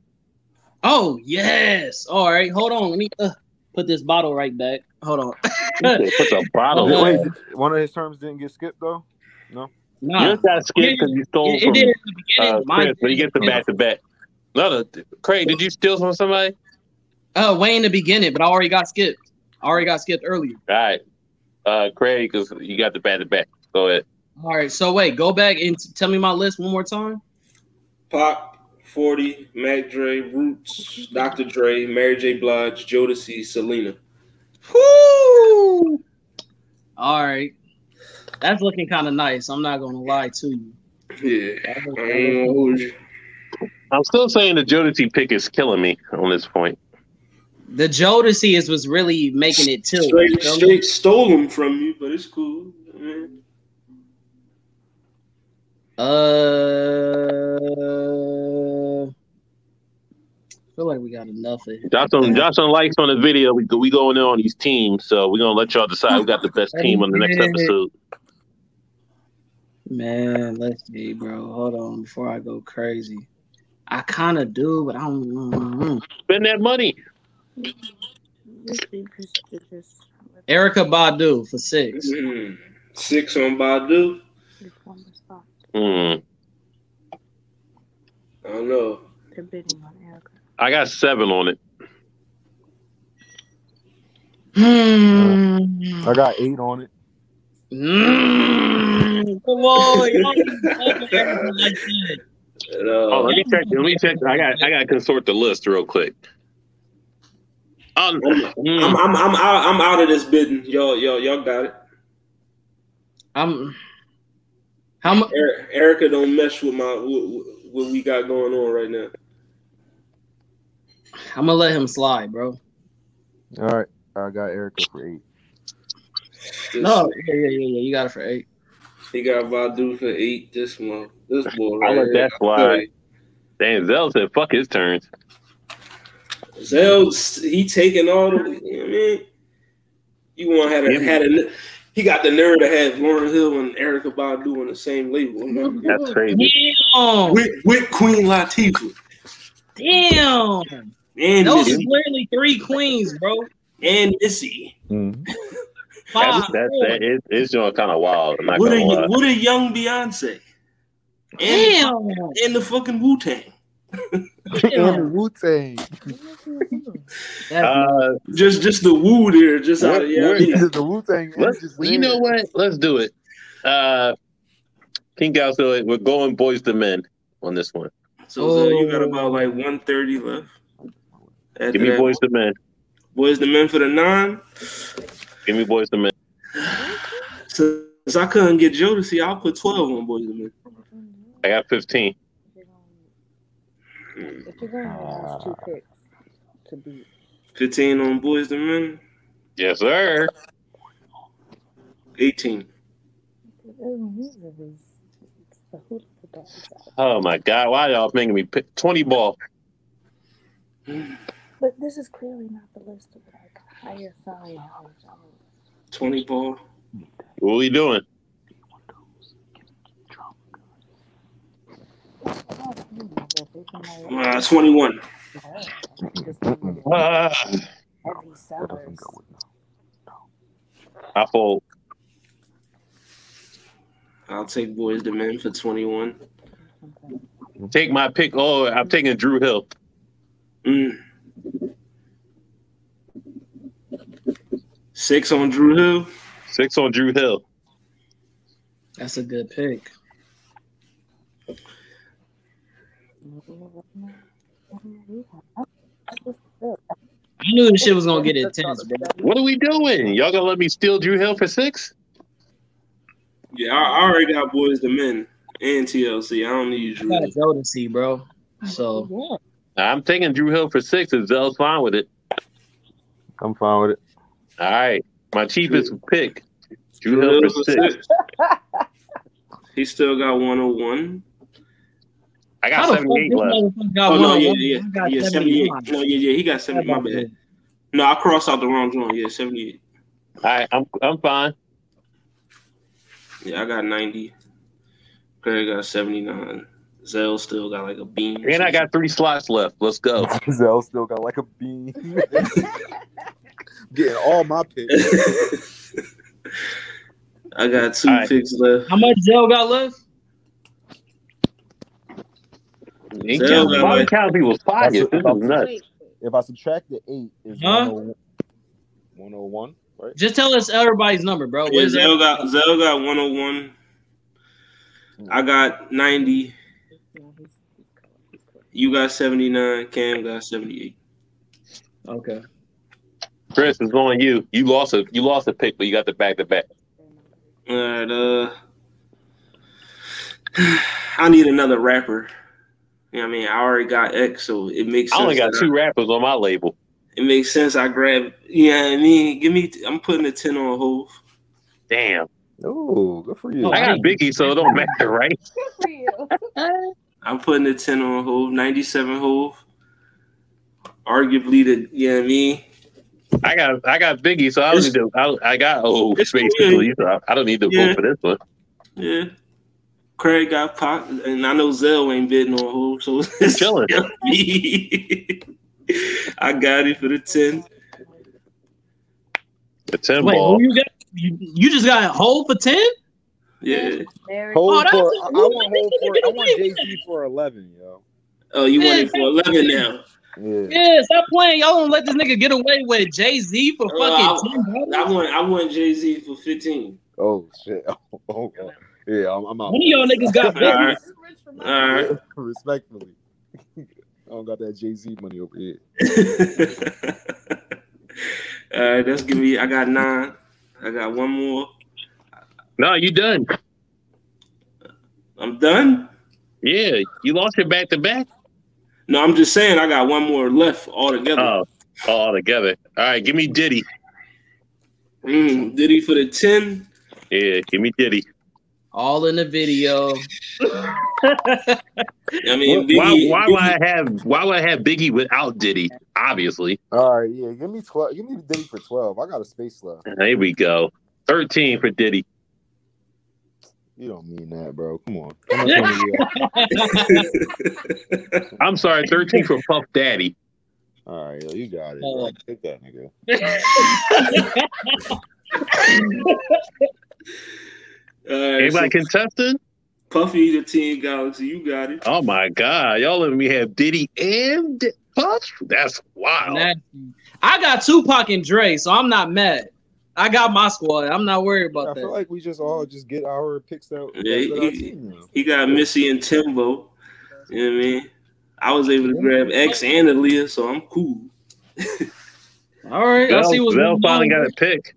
S6: Oh, yes. All right. Hold on. Let me uh, put this bottle right back. Hold on.
S1: Put the bottle.
S6: Oh,
S1: Yours
S3: Wait, one of his terms didn't get skipped though.
S6: Nah.
S1: got skipped because you stole
S6: It, it
S1: from
S6: did in the beginning.
S1: uh,
S6: Mine
S1: Chris, but you
S6: did in
S1: get the
S6: beginning.
S1: back to back. No, no, Craig, did you steal from somebody?
S6: Uh, way in the beginning, but I already got skipped. I already got skipped earlier.
S1: All right, uh, Craig, because you got the back to back. Go ahead.
S6: All right, so wait, go back and t- tell me my list one more time.
S2: Pop, 40, Mac Dre, Roots, Dr. Dre, Mary J. Blige, Jodeci, Selena.
S6: Woo! All right, that's looking kind of nice. I'm not gonna lie to you.
S2: Yeah.
S6: That look-
S2: I
S6: that
S2: ain't gonna
S6: look-
S2: hold you.
S1: I'm still saying the Jodeci pick is killing me on this point.
S6: The Jodeci is was really making it too.
S2: Straight, straight stole them from you, but it's cool. man.
S6: Uh, I feel like we got enough of
S1: Josh don't, Josh don't likes on the video. We we going in on these teams, so we're gonna let y'all decide who got the best team on the next episode.
S6: Man, let's see, bro. Hold on before I go crazy. I kind of do, but I don't. mm, mm.
S1: Spend that money.
S6: Erica Badu for six.
S2: Mm. Six on Badu.
S1: Hmm.
S2: I don't know.
S5: They're bidding on Erica.
S1: I got seven on it.
S6: Hmm.
S3: I got eight on it.
S6: Mm. Come on, y'all niggas love Erica like that.
S2: And, uh,
S1: Oh, let me check. Let me check. I got I got to consort the list real quick. Um,
S2: I'm I'm I'm out, I'm out of this bidding. Yo yo y'all got it.
S6: I'm. How much?
S2: Eri- Erica don't mesh with my what, what we got going on right now.
S6: I'm gonna let him slide, bro.
S7: All right, I got Erica for eight.
S2: This-
S6: No, yeah, yeah, yeah, yeah. You got it for eight.
S2: he got Vadu for eight this month. This boy
S1: I'll
S2: right
S1: let
S2: here.
S1: that slide. Damn, Zell said, "Fuck his turns."
S2: Zell, he taking all the. You know what I mean, you want had a, had a. He got the nerve to have Lauren Hill and Erica Badu on the same label.
S1: That's crazy.
S6: Damn,
S2: With, with Queen Latifah.
S6: damn.
S2: And
S6: Those is
S2: Missy.
S6: literally three queens, bro.
S2: And Missy.
S6: Five.
S1: That's, that's that. It's, it's doing kind of wild. I'm not
S2: What
S1: gonna
S2: a,
S1: lie.
S2: what a young Beyonce. And,
S6: damn.
S2: and the fucking Wu Tang.
S1: Mm.
S6: damn.
S7: Wu Tang.
S6: That's,
S1: Uh,
S2: Just just the Wu there, just out of yeah. I
S1: Where-
S2: mean,
S7: The Wu Tang.
S1: Let's, you know what? Let's do it. Uh, King Gal, so we're going boys to men on this one.
S2: So Zell, you got about like one thirty left. After
S1: Give me
S2: that,
S1: boys to men.
S2: boys the men for the nine.
S1: Give me boys to men.
S2: Since I couldn't get Joe to see, I'll put 12 on Boys the Men.
S1: I got 15.
S5: If you're going to use two picks to beat,
S2: 15 on Boys the Men.
S1: Yes, sir.
S2: 18.
S1: Oh my God, why y'all making me pick 20 ball?
S5: But this is clearly not the list of like higher selling albums.
S2: 20 ball.
S1: What we doing?
S2: Uh, 21.
S1: Ah,
S5: Every seller's
S1: I fold.
S2: I'll take Boys the Men for 21.
S5: something.
S1: Take my pick. Oh, I'm taking Drew Hill.
S2: Mm. Six on Drew Hill.
S1: Six on Drew Hill.
S6: that's a good pick. I knew this shit was gonna get intense, bro.
S1: What are we doing? Y'all gonna let me steal Drew Hill for six?
S2: Yeah, I, I already got Boys the Men and TLC. I don't need
S6: I
S2: Drew.
S6: got Joe to see, bro. So
S5: Yeah.
S1: I'm taking Drew Hill for six if Zell's fine with it.
S7: I'm fine with it.
S1: All right. My cheapest pick. Drew
S2: Drew
S1: Hill
S2: Hill
S1: for six.
S2: He still got 101.
S1: I got
S6: how the fuck
S1: 78
S6: this
S1: left.
S6: motherfucker got
S2: Oh,
S6: one
S2: no,
S6: on
S2: yeah,
S6: one?
S2: yeah.
S6: I
S2: Yeah,
S6: got
S2: 78.
S6: 79.
S2: No, yeah, yeah. He got 70. My bad. No, I crossed out the wrong joint. Yeah, 78.
S1: All right, I'm I'm fine.
S2: Yeah, I got 90. Craig got 79. Zell still got like a beam. or
S1: And I got three slots left. Let's go.
S7: Zell still got like a bean. Getting all my picks.
S2: something. I got two
S1: All right.
S2: picks left.
S6: How much Joe got left?
S1: He
S2: Zell
S1: count-
S2: got
S1: Bobby
S2: like-
S1: Cowby was fire.
S7: That's
S1: This
S7: a-
S1: is nuts.
S7: If I subtract the eight, oh is
S6: Huh?
S7: 101, right?
S6: Just tell us everybody's number, bro. What
S2: Yeah,
S6: is
S2: Zell
S6: that?
S2: got Zell got 101. I got 90. You got 79. Cam got 78.
S6: Okay.
S1: Chris is on you. You lost a you lost a pick, but you got the back to back.
S2: All right. Uh, I need another rapper. You know what I mean? I already got X, so it makes sense.
S1: I only got
S2: that I-
S1: two rappers on my label.
S2: it makes sense. I grab, you know what I mean? Give me, I'm putting a 10 on Hove.
S1: Damn.
S7: Oh, good for you.
S1: I got Biggie, so it don't matter, right?
S5: Good for you.
S2: I'm putting a 10 on Hove, 97 Hove. Arguably, the, you know what I mean?
S1: I got I got Biggie, so I don't need to I, I got oh
S2: It's
S1: basically. So I, I don't need to
S2: Yeah.
S1: vote for this one.
S2: Yeah. Craig got pop, and I know Zell ain't bidding on Hove, so it's
S1: Chilling.
S2: gonna be- I got it for the 10.
S1: The ten
S6: Wait,
S1: ball.
S6: who you got? You, you just got a hole for ten?
S2: Yeah.
S5: Very
S6: Oh,
S7: Hold
S6: that's
S7: for,
S6: a-
S7: I, I want hold for, I want Jay Z for 11, yo.
S2: Oh, you want
S6: Yeah,
S2: it for 11 now.
S7: Yeah.
S6: Yeah, stop playing. Y'all don't let this nigga get away with Jay Z for
S2: Oh, I-
S6: fucking ten.
S2: I
S6: dollars.
S2: want, I want Jay Z for 15.
S7: Oh, shit. Oh, oh, oh. Yeah, I'm, I'm out.
S6: One of y'all niggas got
S2: All
S6: big.
S2: right. All
S1: Uh,
S2: right.
S7: Respectfully. I don't got that Jay Z money over here.
S2: All All right, that's give me. I got nine. I got one more.
S1: No, you done.
S2: I'm done.
S1: Yeah, you lost your back to back.
S2: No, I'm just saying I got one more left altogether.
S1: Oh, all together. All right, give me Diddy.
S2: Mm, Diddy for the ten.
S1: Yeah, give me Diddy.
S6: All in the video.
S2: I
S1: why
S2: mean, Biggie,
S1: why
S2: Biggie-
S1: would I have why would I have Biggie without Diddy? Obviously.
S3: All right, yeah. Give me twelve. Give me the Diddy for twelve. I got a space left.
S1: There we go. Thirteen for Diddy.
S3: You don't mean that, bro. Come on.
S1: I'm sorry, thirteen for Puff Daddy.
S3: All right, yo, you got it.
S6: Oh.
S3: bro. Take that nigga.
S2: All right,
S1: Anybody
S2: so
S1: contesting?
S2: Puffy the Team Galaxy, you got it.
S1: Oh my God, y'all let me have Diddy and Di- Puff. That's wild.
S6: Nasty. I got Tupac and Dre, so I'm not mad. I got my squad. I'm not worried
S3: I
S6: about
S3: feel
S6: that.
S3: like we just all just get our picks out.
S2: Yeah,
S3: that's what our
S2: he-
S3: team is.
S2: He got Missy and Timbo. You know what I mean? I was able to grab X and Aaliyah, so I'm cool.
S6: All right, I see
S1: Vel,
S6: what's
S1: Vel
S6: going
S1: finally
S6: on.
S1: got a pick.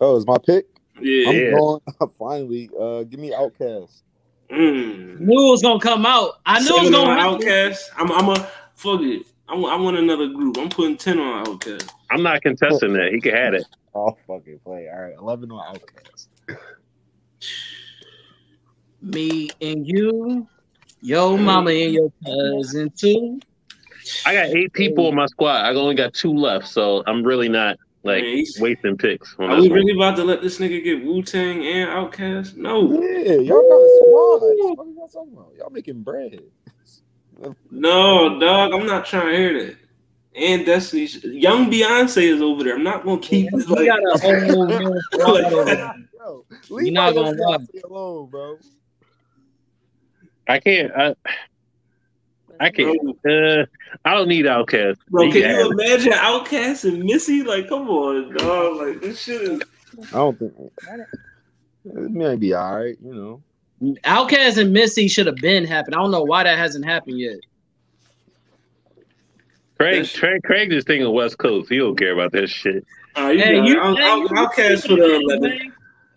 S3: Oh, it's my pick.
S2: Yeah.
S1: Yeah.
S3: I'm going. finally, uh, give me Outcast.
S2: Mm.
S6: knew it was gonna come out. I knew it was
S2: Seven
S6: gonna
S2: on
S6: happen.
S2: Outcast. I'm. I'm a. Fuck it. I want, I want another group. I'm putting ten on Outcast.
S1: I'm not contesting that. He can have it.
S3: I'll fucking play. All right, eleven on Outcast.
S6: Me and you, yo mama and your cousin too.
S1: I got eight people in my squad. I only got two left, so I'm really not like
S2: Man, he's-
S1: wasting picks. On
S2: Are
S1: this
S2: we
S1: one.
S2: really about to let this nigga get Wu Tang and Outcast? No,
S3: Yeah, y'all got squads. What are y'all talking about? Y'all making bread.
S2: no, dog. I'm not trying to hear that. And Destiny, young Beyonce is over there. I'm not gonna keep
S6: We
S2: it like
S6: got a whole new squad over there.
S3: Yo,
S6: You're
S3: leave
S6: not
S3: my
S6: gonna lie.
S3: Beyonce alone, bro.
S1: I can't. I, I can't. Uh, I don't need Outcast.
S2: Bro, can
S1: Yeah.
S2: you imagine Outcast and Missy? Like, come on, dog. Like, this shit is.
S3: I don't think it might be all right. You know,
S6: Outcast and Missy should have been happening. I don't know why that hasn't happened yet.
S1: Craig,
S2: That's-
S1: Craig, Craig is thinking West Coast. He don't care about that shit.
S2: Uh, you
S6: Hey,
S2: got
S6: you-
S2: it. Out-
S6: hey,
S2: out-
S6: you-
S2: outcast for the 11.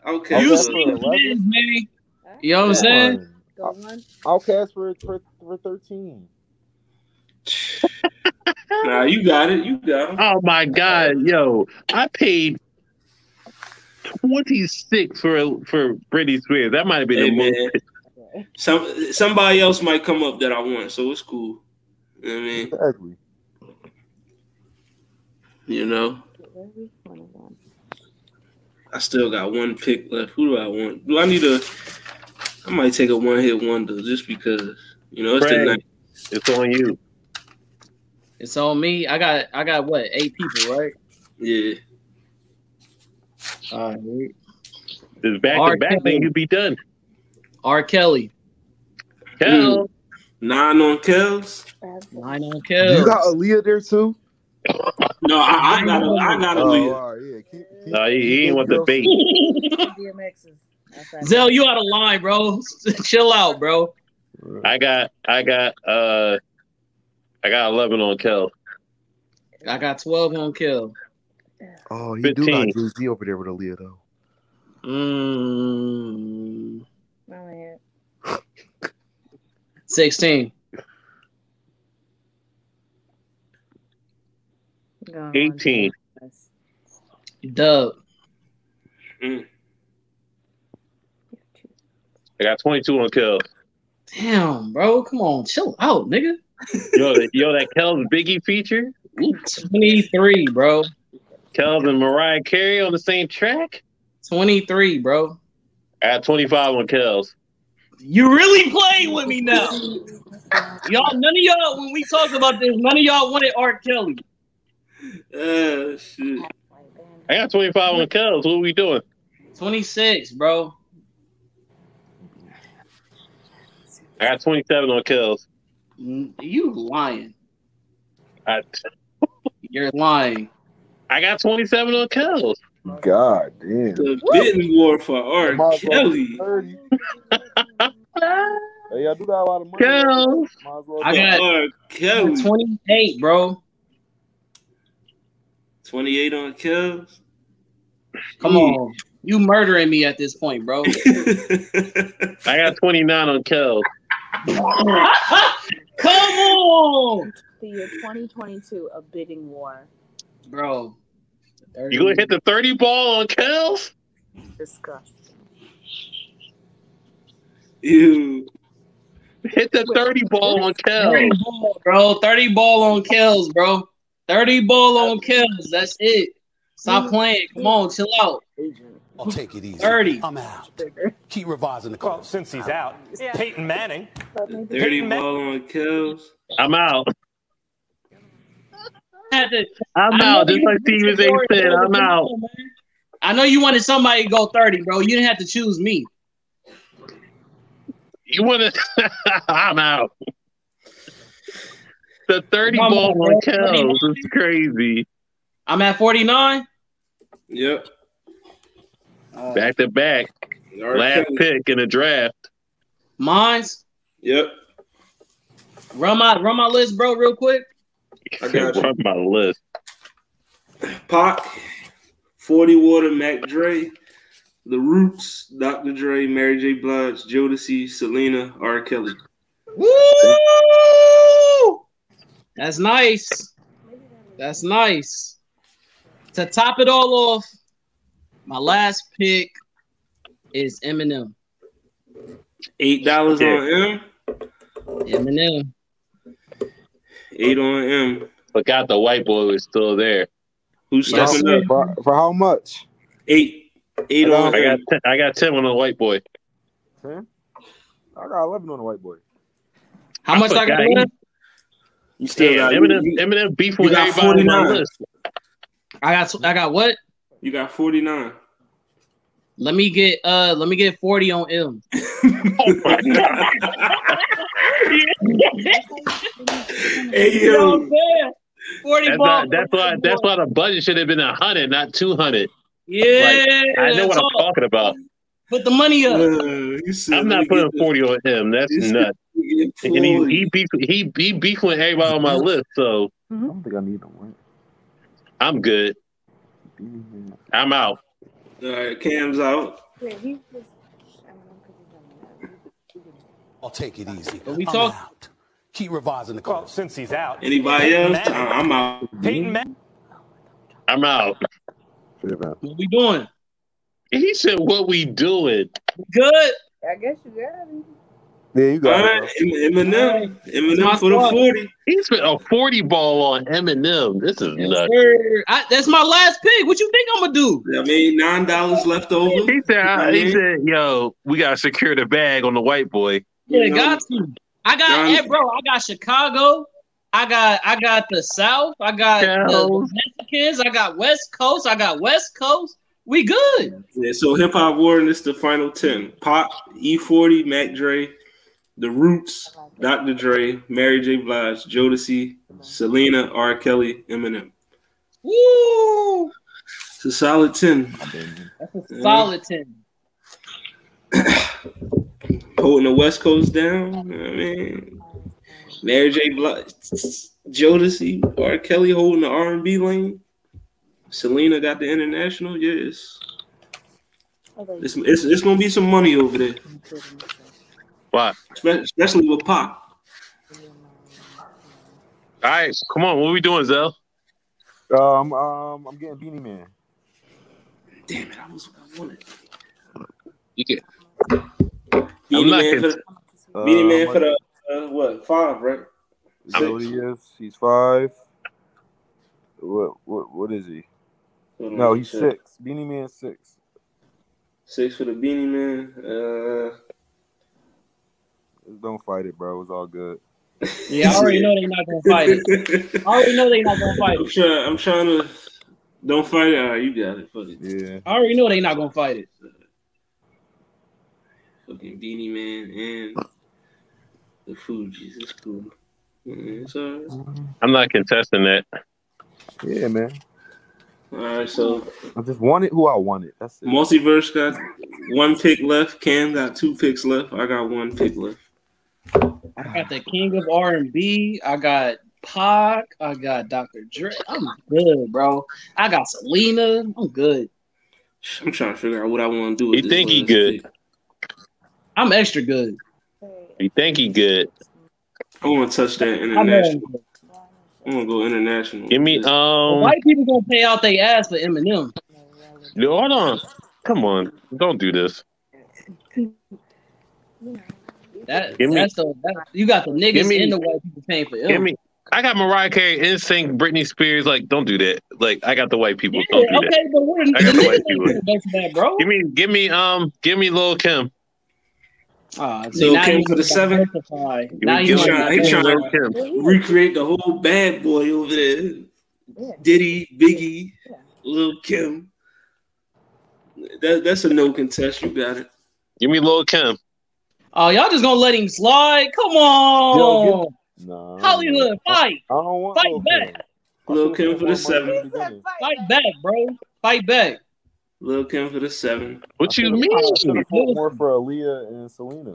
S2: Outcast.
S6: You
S2: for the
S6: see
S2: 11.
S6: the man's man. You know what
S3: Come
S6: I'm saying?
S3: on.
S5: Go on.
S3: Outcast for for, for thirteen.
S2: Nah, you got it. You got him.
S1: Oh my god, yo! I paid twenty six for for Britney Spears. That might have been
S2: Hey,
S1: the most.
S2: man. Some, somebody else might come up that I want, so it's cool. You know what I mean?
S3: Exactly.
S2: You know?
S5: Where we wanna go.
S2: I still got one pick left. Who do I want? Do I need a. I might take a one hit wonder just because. You know, it's the
S1: Craig.
S2: night.
S1: It's on you.
S6: It's on me. I got I got what eight people, right?
S2: Yeah.
S6: All right.
S1: This back
S6: R.
S1: to back
S6: Kelly.
S1: thing, you'd be done.
S6: R. Kelly,
S1: Hell,
S2: Nine on Kells.
S5: That's it.
S6: nine on
S3: You
S6: Kelly.
S3: got Aaliyah there too. Oh,
S2: No, I, I got to I got to leave.
S3: all right, yeah. Keep, keep,
S1: no, he, he ain't want the bait.
S5: DMXs. That's right.
S6: Zell, you out of line, bro. Chill out, bro.
S1: I got, I got, uh, I got eleven on Kel.
S6: I got twelve on Kill.
S3: Oh, you do
S1: 15.
S3: got Jay Z over there with Aaliyah though.
S6: Mm,
S5: Oh, yeah.
S6: Sixteen.
S5: Go on,
S1: Eighteen.
S5: DMXs.
S6: Dub.
S1: I got twenty two on Kel.
S6: Damn, bro. Come on, chill out, nigga.
S1: Yo, that- yo, that Kel's Biggie feature.
S6: Twenty-three, bro.
S1: Kells and Mariah Carey on the same track.
S6: Twenty-three, bro.
S1: I got 25 on Kells.
S6: You really playing with me now. Y'all, none of y'all, when we talk about this, none of y'all wanted R. Kelly.
S2: Uh, shit.
S1: I got 25 on Kells. What are we doing?
S6: 26, bro.
S1: I got 27 on Kells.
S6: Mm, You lying.
S1: I,
S6: You're lying.
S1: I got 27 on Kells.
S3: God damn.
S2: The bidding war for R.
S3: Might as well be
S2: Kelly.
S3: 30.
S1: Ah,
S3: Hey, y'all do got a lot of money.
S1: Kells.
S3: Might as well
S6: I
S2: For
S6: got-
S2: R. Kelly.
S6: 28, bro.
S2: 28 on kills.
S6: Come on. You murdering me at this point, bro.
S1: I got 29 on Kel.
S6: Come on,
S5: The year 2022, a bidding war.
S6: bro.
S1: You gonna hit the 30 ball on Kells?
S5: Disgusting.
S2: Ew.
S1: Hit the 30 ball on Kells.
S6: 30 ball, bro. 30 ball on kills, bro. 30 ball on kills. That's it. Stop playing. Come on, chill out.
S5: Agent.
S8: I'll take it easy.
S6: 30.
S8: I'm out.
S5: Trigger.
S8: Keep revising the
S9: Well,
S8: code.
S9: since he's out,
S5: Yeah.
S9: Peyton Manning.
S5: Let me be-
S2: 30 ball on kills.
S1: I'm out.
S6: Had to-
S1: I'm
S6: I know
S1: out. Just
S6: you-
S1: like Stevens A said, I'm out.
S6: I know you wanted somebody to go 30, bro. You didn't have to choose me.
S1: You wanna I'm out. The 30
S6: Come on,
S1: ball on
S6: bro.
S1: Kells is crazy.
S6: I'm at 49.
S2: Yep.
S1: Back to back.
S2: All right,
S1: Last
S2: Kells.
S1: pick in the draft.
S6: Mine's
S2: Yep.
S6: run my run my list, bro, real quick.
S1: I can't run my list.
S2: Pac, 40 Water, Mac Dre, The Roots, Dr. Dre, Mary J. Blige, Jodeci, Selena, R. Kelly.
S6: Woo! That's nice. That's nice. To top it all off, my last pick is Eminem.
S2: Eight dollars on M,
S6: Eminem.
S2: eight on M.
S1: Forgot the white boy was still there.
S2: Who's
S3: For
S2: stepping
S3: how,
S2: up?
S3: for, for how much?
S2: Eight, eight
S3: I
S2: on
S1: I got
S2: M.
S1: I got 10 on the white boy.
S3: Ten. I got eleven on the white boy.
S6: How much I got?
S1: forgot.
S6: left?
S2: You still
S1: Damn,
S2: got
S1: Eminem,
S2: you,
S1: Eminem beef
S2: you
S1: with
S2: got
S1: everybody on my
S2: 49.
S1: list.
S6: I got I got what?
S2: you got forty nine.
S6: Let me get uh let me get 40 on M.
S1: Oh my god.
S2: Hey
S10: You know what
S2: yo,
S10: I'm saying? 40
S1: That's,
S10: balls.
S1: not, that's why that's why the budget should have been a hundred, not two hundred.
S6: Yeah,
S1: I know what
S6: that's
S1: I'm
S6: all.
S1: talking about.
S6: Put the money up.
S2: Uh, you said
S1: I'm
S2: let
S1: not
S2: me
S1: putting
S2: get
S1: forty E on him. That's
S2: This-
S1: nuts.
S2: this-
S1: And he he beef he he beef with everybody on my list, so
S3: I don't think I need no one.
S1: I'm good. I'm out.
S2: All right, Cam's out.
S5: Yeah, he was. I don't know, 'cause he done that.
S8: I'll take it easy.
S6: Are we
S8: I'm
S6: talk-
S8: out. Keep revising the
S9: Well,
S8: code.
S9: since he's out,
S2: Anybody
S9: Peyton
S2: else?
S9: Manning.
S2: I- I'm out.
S7: Hmm?
S9: Peyton Manning.
S1: I'm out.
S6: What we doing?
S1: He said, "What we doing?"
S6: Good.
S5: I guess you got him.
S3: Yeah, you
S2: All
S3: got it.
S2: right, Em- Eminem, Eminem
S6: My
S2: for the
S6: squad.
S2: forty.
S1: He spent a forty ball on Eminem. This is
S6: Yes,
S1: nuts.
S6: sir. I, that's my last pick. What you think I'm gonna do?
S2: I mean, nine dollars left over.
S1: He said,
S2: I-
S1: "He
S2: he
S1: said, yo, we gotta secure the bag on the white boy."
S6: Yeah,
S2: Yeah.
S6: got to. I got,
S2: Yeah.
S6: eh, bro. I got Chicago. I got, I got the South. I got the
S1: Cows.
S6: Mexicans. I got West Coast. I got West Coast. We good.
S2: Yeah, so Hip Hop Warden is the final 10. Pop, E40, Mac Dre, The Roots, Dr. Dre, Mary J. Blige, Jodeci, Selena, R. Kelly, Eminem.
S6: Woo!
S2: It's a solid 10.
S6: Solid ten.
S2: Holding the West Coast down. you know what I mean, Mary J. Blige, Jodeci, R. Kelly holding the R&B lane. Selena got the international. Yeah, it's,
S5: Although you
S2: it's, it's, it's going to be some money over there,
S5: can include him, so,
S1: Why?
S2: spe- especially with Pop.
S5: you know,
S1: All right, come on. What we doing, Zell?
S3: Um, um, I'm getting Beanie Man.
S2: Damn it, I was I wanted.
S1: You can-
S2: Beanie
S1: I'm not
S2: Man for the,
S5: I'm just-
S3: Uh,
S2: Beanie Man
S3: I'm
S2: for the uh, what five right?
S3: Is that what he is? He's five. What what what is he?
S2: Hold on,
S3: No, he's
S2: check.
S3: six. Beanie Man six.
S2: Six for the Beanie Man. Uh,
S3: Don't fight it, bro. It's all good.
S6: Yeah, I already know they're not gonna fight it. I already know they're not gonna fight
S2: I'm
S6: it.
S2: trying. I'm trying to. Don't fight it. All right, you got it. Fuck it.
S3: Yeah.
S6: I already know they're not gonna fight it.
S2: Fucking Beanie Man and the Fugees. It's cool. Mm, It's all right.
S1: I'm not contesting that.
S3: Yeah, man.
S2: All right. So
S3: I just wanted who I wanted. That's it.
S2: multiverse got one pick left. Cam got two picks left. I got one pick left.
S6: I got the King of R and B. I got Pac. I got Dr. Dre. I'm good, bro. I got Selena. I'm good.
S2: I'm trying to figure out what I want to do.
S1: He
S2: With this
S1: think he
S2: last
S1: good.
S2: pick.
S6: I'm extra good.
S1: You think he good?
S2: I want to touch that
S6: I know.
S2: international. I want to go international.
S1: Give me
S2: with this.
S1: um.
S6: White people gonna pay out their ass for Eminem.
S1: no, Hold on. Come on. Don't do this.
S6: That,
S1: Give me-
S6: that's the that, you got the niggas
S1: Give me-
S6: and the white people paying for
S1: Give
S6: Eminem.
S1: me. I got Mariah Carey, NSYNC, Britney Spears. Like, don't do that. Like, I got the white people.
S6: Yeah,
S1: Don't do that.
S6: okay, but we're the
S1: I got the white
S6: niggas ain't
S1: people.
S6: gonna go for that, bro.
S1: Give me, give me, um, give me Lil Kim.
S6: Ah, see,
S2: So
S6: now
S2: came
S6: you
S2: for the seven?
S6: diversify.
S1: Give
S6: Now
S1: me,
S6: you
S1: give me-
S2: trying- he
S1: give me
S2: trying-
S1: Lil Kim.
S2: Recreate the whole bad boy over there. Diddy, Biggie, Lil Kim. That, that's a no contest. You got it.
S1: Give me Lil Kim.
S6: Oh, y'all just gonna let him slide? Come on,
S7: Yo, Nah, I don't want-
S6: Hollywood, fight,
S7: I don't want
S6: Fight
S7: Lil'
S6: back.
S7: Kim. I
S2: Lil
S7: should've
S2: Kim
S7: said
S2: for
S7: Lil
S2: the
S7: Mama in
S2: seven.
S7: beginning.
S6: fight back, bro, fight back.
S2: Lil Kim for the seven.
S1: What you
S7: I
S1: mean?
S7: should have fought more for Aaliyah and Selena.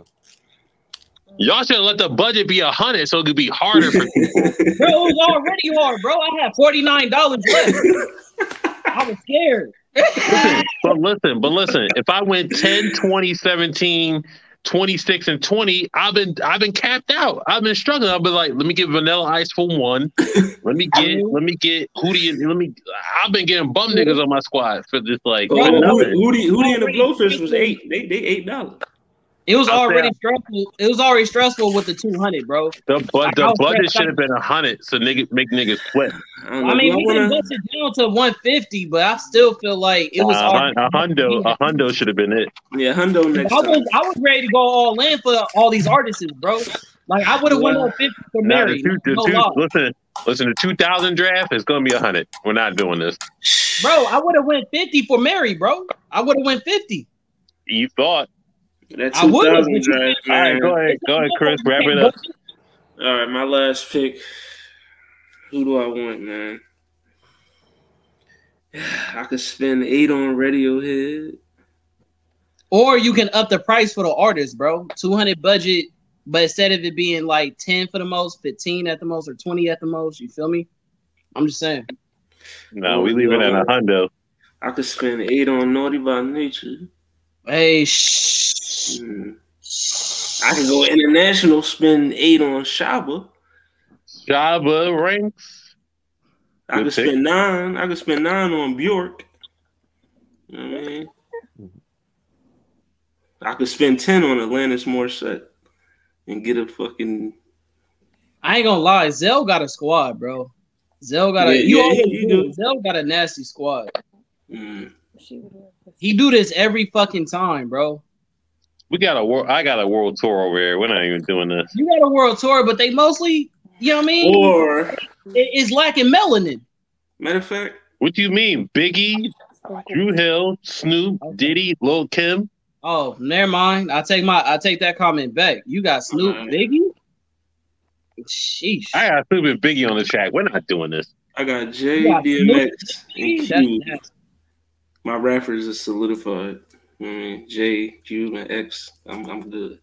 S1: Y'all should have let the budget be a hundred so it could be harder for people.
S6: Bro, it was already hard, bro. I had forty nine dollars left. I was scared.
S1: listen, but listen, but listen. If I went 10, 20, 17, 26, and 20, I've been I've been capped out. I've been struggling. I've been like, let me get vanilla ice for one. Let me get let me get who do you let me I've been getting bum niggas on my squad for just like
S2: Oh,
S1: for nothing.
S2: Hootie, Hootie, Hootie and the Blowfish was eight. They they eight dollars.
S6: It was
S1: I'll say
S6: already
S1: I-
S6: stressful. It was already stressful with the two hundred, bro.
S1: The, but
S6: I
S1: the
S6: was
S1: budget
S6: stressed out.
S1: should have been a hundred so nigga make niggas sweat.
S2: I don't know.
S6: I mean, we
S2: do I
S6: can
S2: wanna,
S6: bust it down to one fifty, but I still feel like it was
S1: a, hun-
S6: already.
S1: Uh, a hundo, a hundo should have been it.
S2: yeah, Hundo
S6: I
S2: next time.
S6: was I was ready to go all in for all these artists, bro. Like I would have went
S2: Wow.
S6: on fifty for
S1: Now the
S6: Mary.
S1: two, the
S6: no
S1: two,
S6: lie.
S1: listen, listen, the two thousand draft is gonna be a hundred. We're not doing this.
S6: Bro, I would have went 50 for Mary, bro. I would have went 50.
S1: You thought?
S2: That
S6: I
S2: two
S6: would,
S2: thousand
S6: but you
S2: drive,
S1: All right,
S2: man.
S1: go ahead, go ahead, Chris, wrap it up.
S2: All right, my last pick. Who do I want, man? I could spend eight on Radiohead.
S6: Or you can up the price for the artist, bro. 200 budget, but instead of it being like 10 for the most, 15 at the most, or 20 at the most, you feel me? I'm just saying.
S1: No, we leave it at a hundo.
S2: I could spend eight on Naughty by Nature.
S6: Hey, shh.
S2: Hmm. I can go international, spend eight on Shaba.
S1: Jabba ranks.
S2: I
S1: Good
S2: could
S1: pick.
S2: spend nine. I could spend nine on Bjork. You know what I mean? I could spend ten on Atlantis Morissette and get a fucking.
S6: I ain't gonna lie. Zell got a squad, bro. Zell got a
S2: Yeah,
S6: you
S2: yeah,
S6: always
S2: he- he
S6: do.
S2: do.
S6: Zell got a nasty squad.
S2: Mm.
S6: He do this every fucking time, bro.
S1: We got a world. I got a world tour over here. We're not even doing this.
S6: You got a world tour, but they mostly, you know what I mean?
S2: Or
S6: It- it's lacking melanin.
S2: matter of fact,
S1: What do you mean, Biggie, Drew Hill, Snoop, Diddy, Lil Kim?
S6: Oh, never mind. I take my I take that comment back. You got Snoop
S2: Alright.
S6: Biggie. Sheesh.
S1: I got Snoop and Biggie on the track. We're not doing this.
S2: I got J,
S6: Yeah,
S2: DMX, and
S6: That's
S2: Q.
S6: nasty.
S2: My rappers are solidified. You know what I mean, J, Q, and X. I'm I'm good.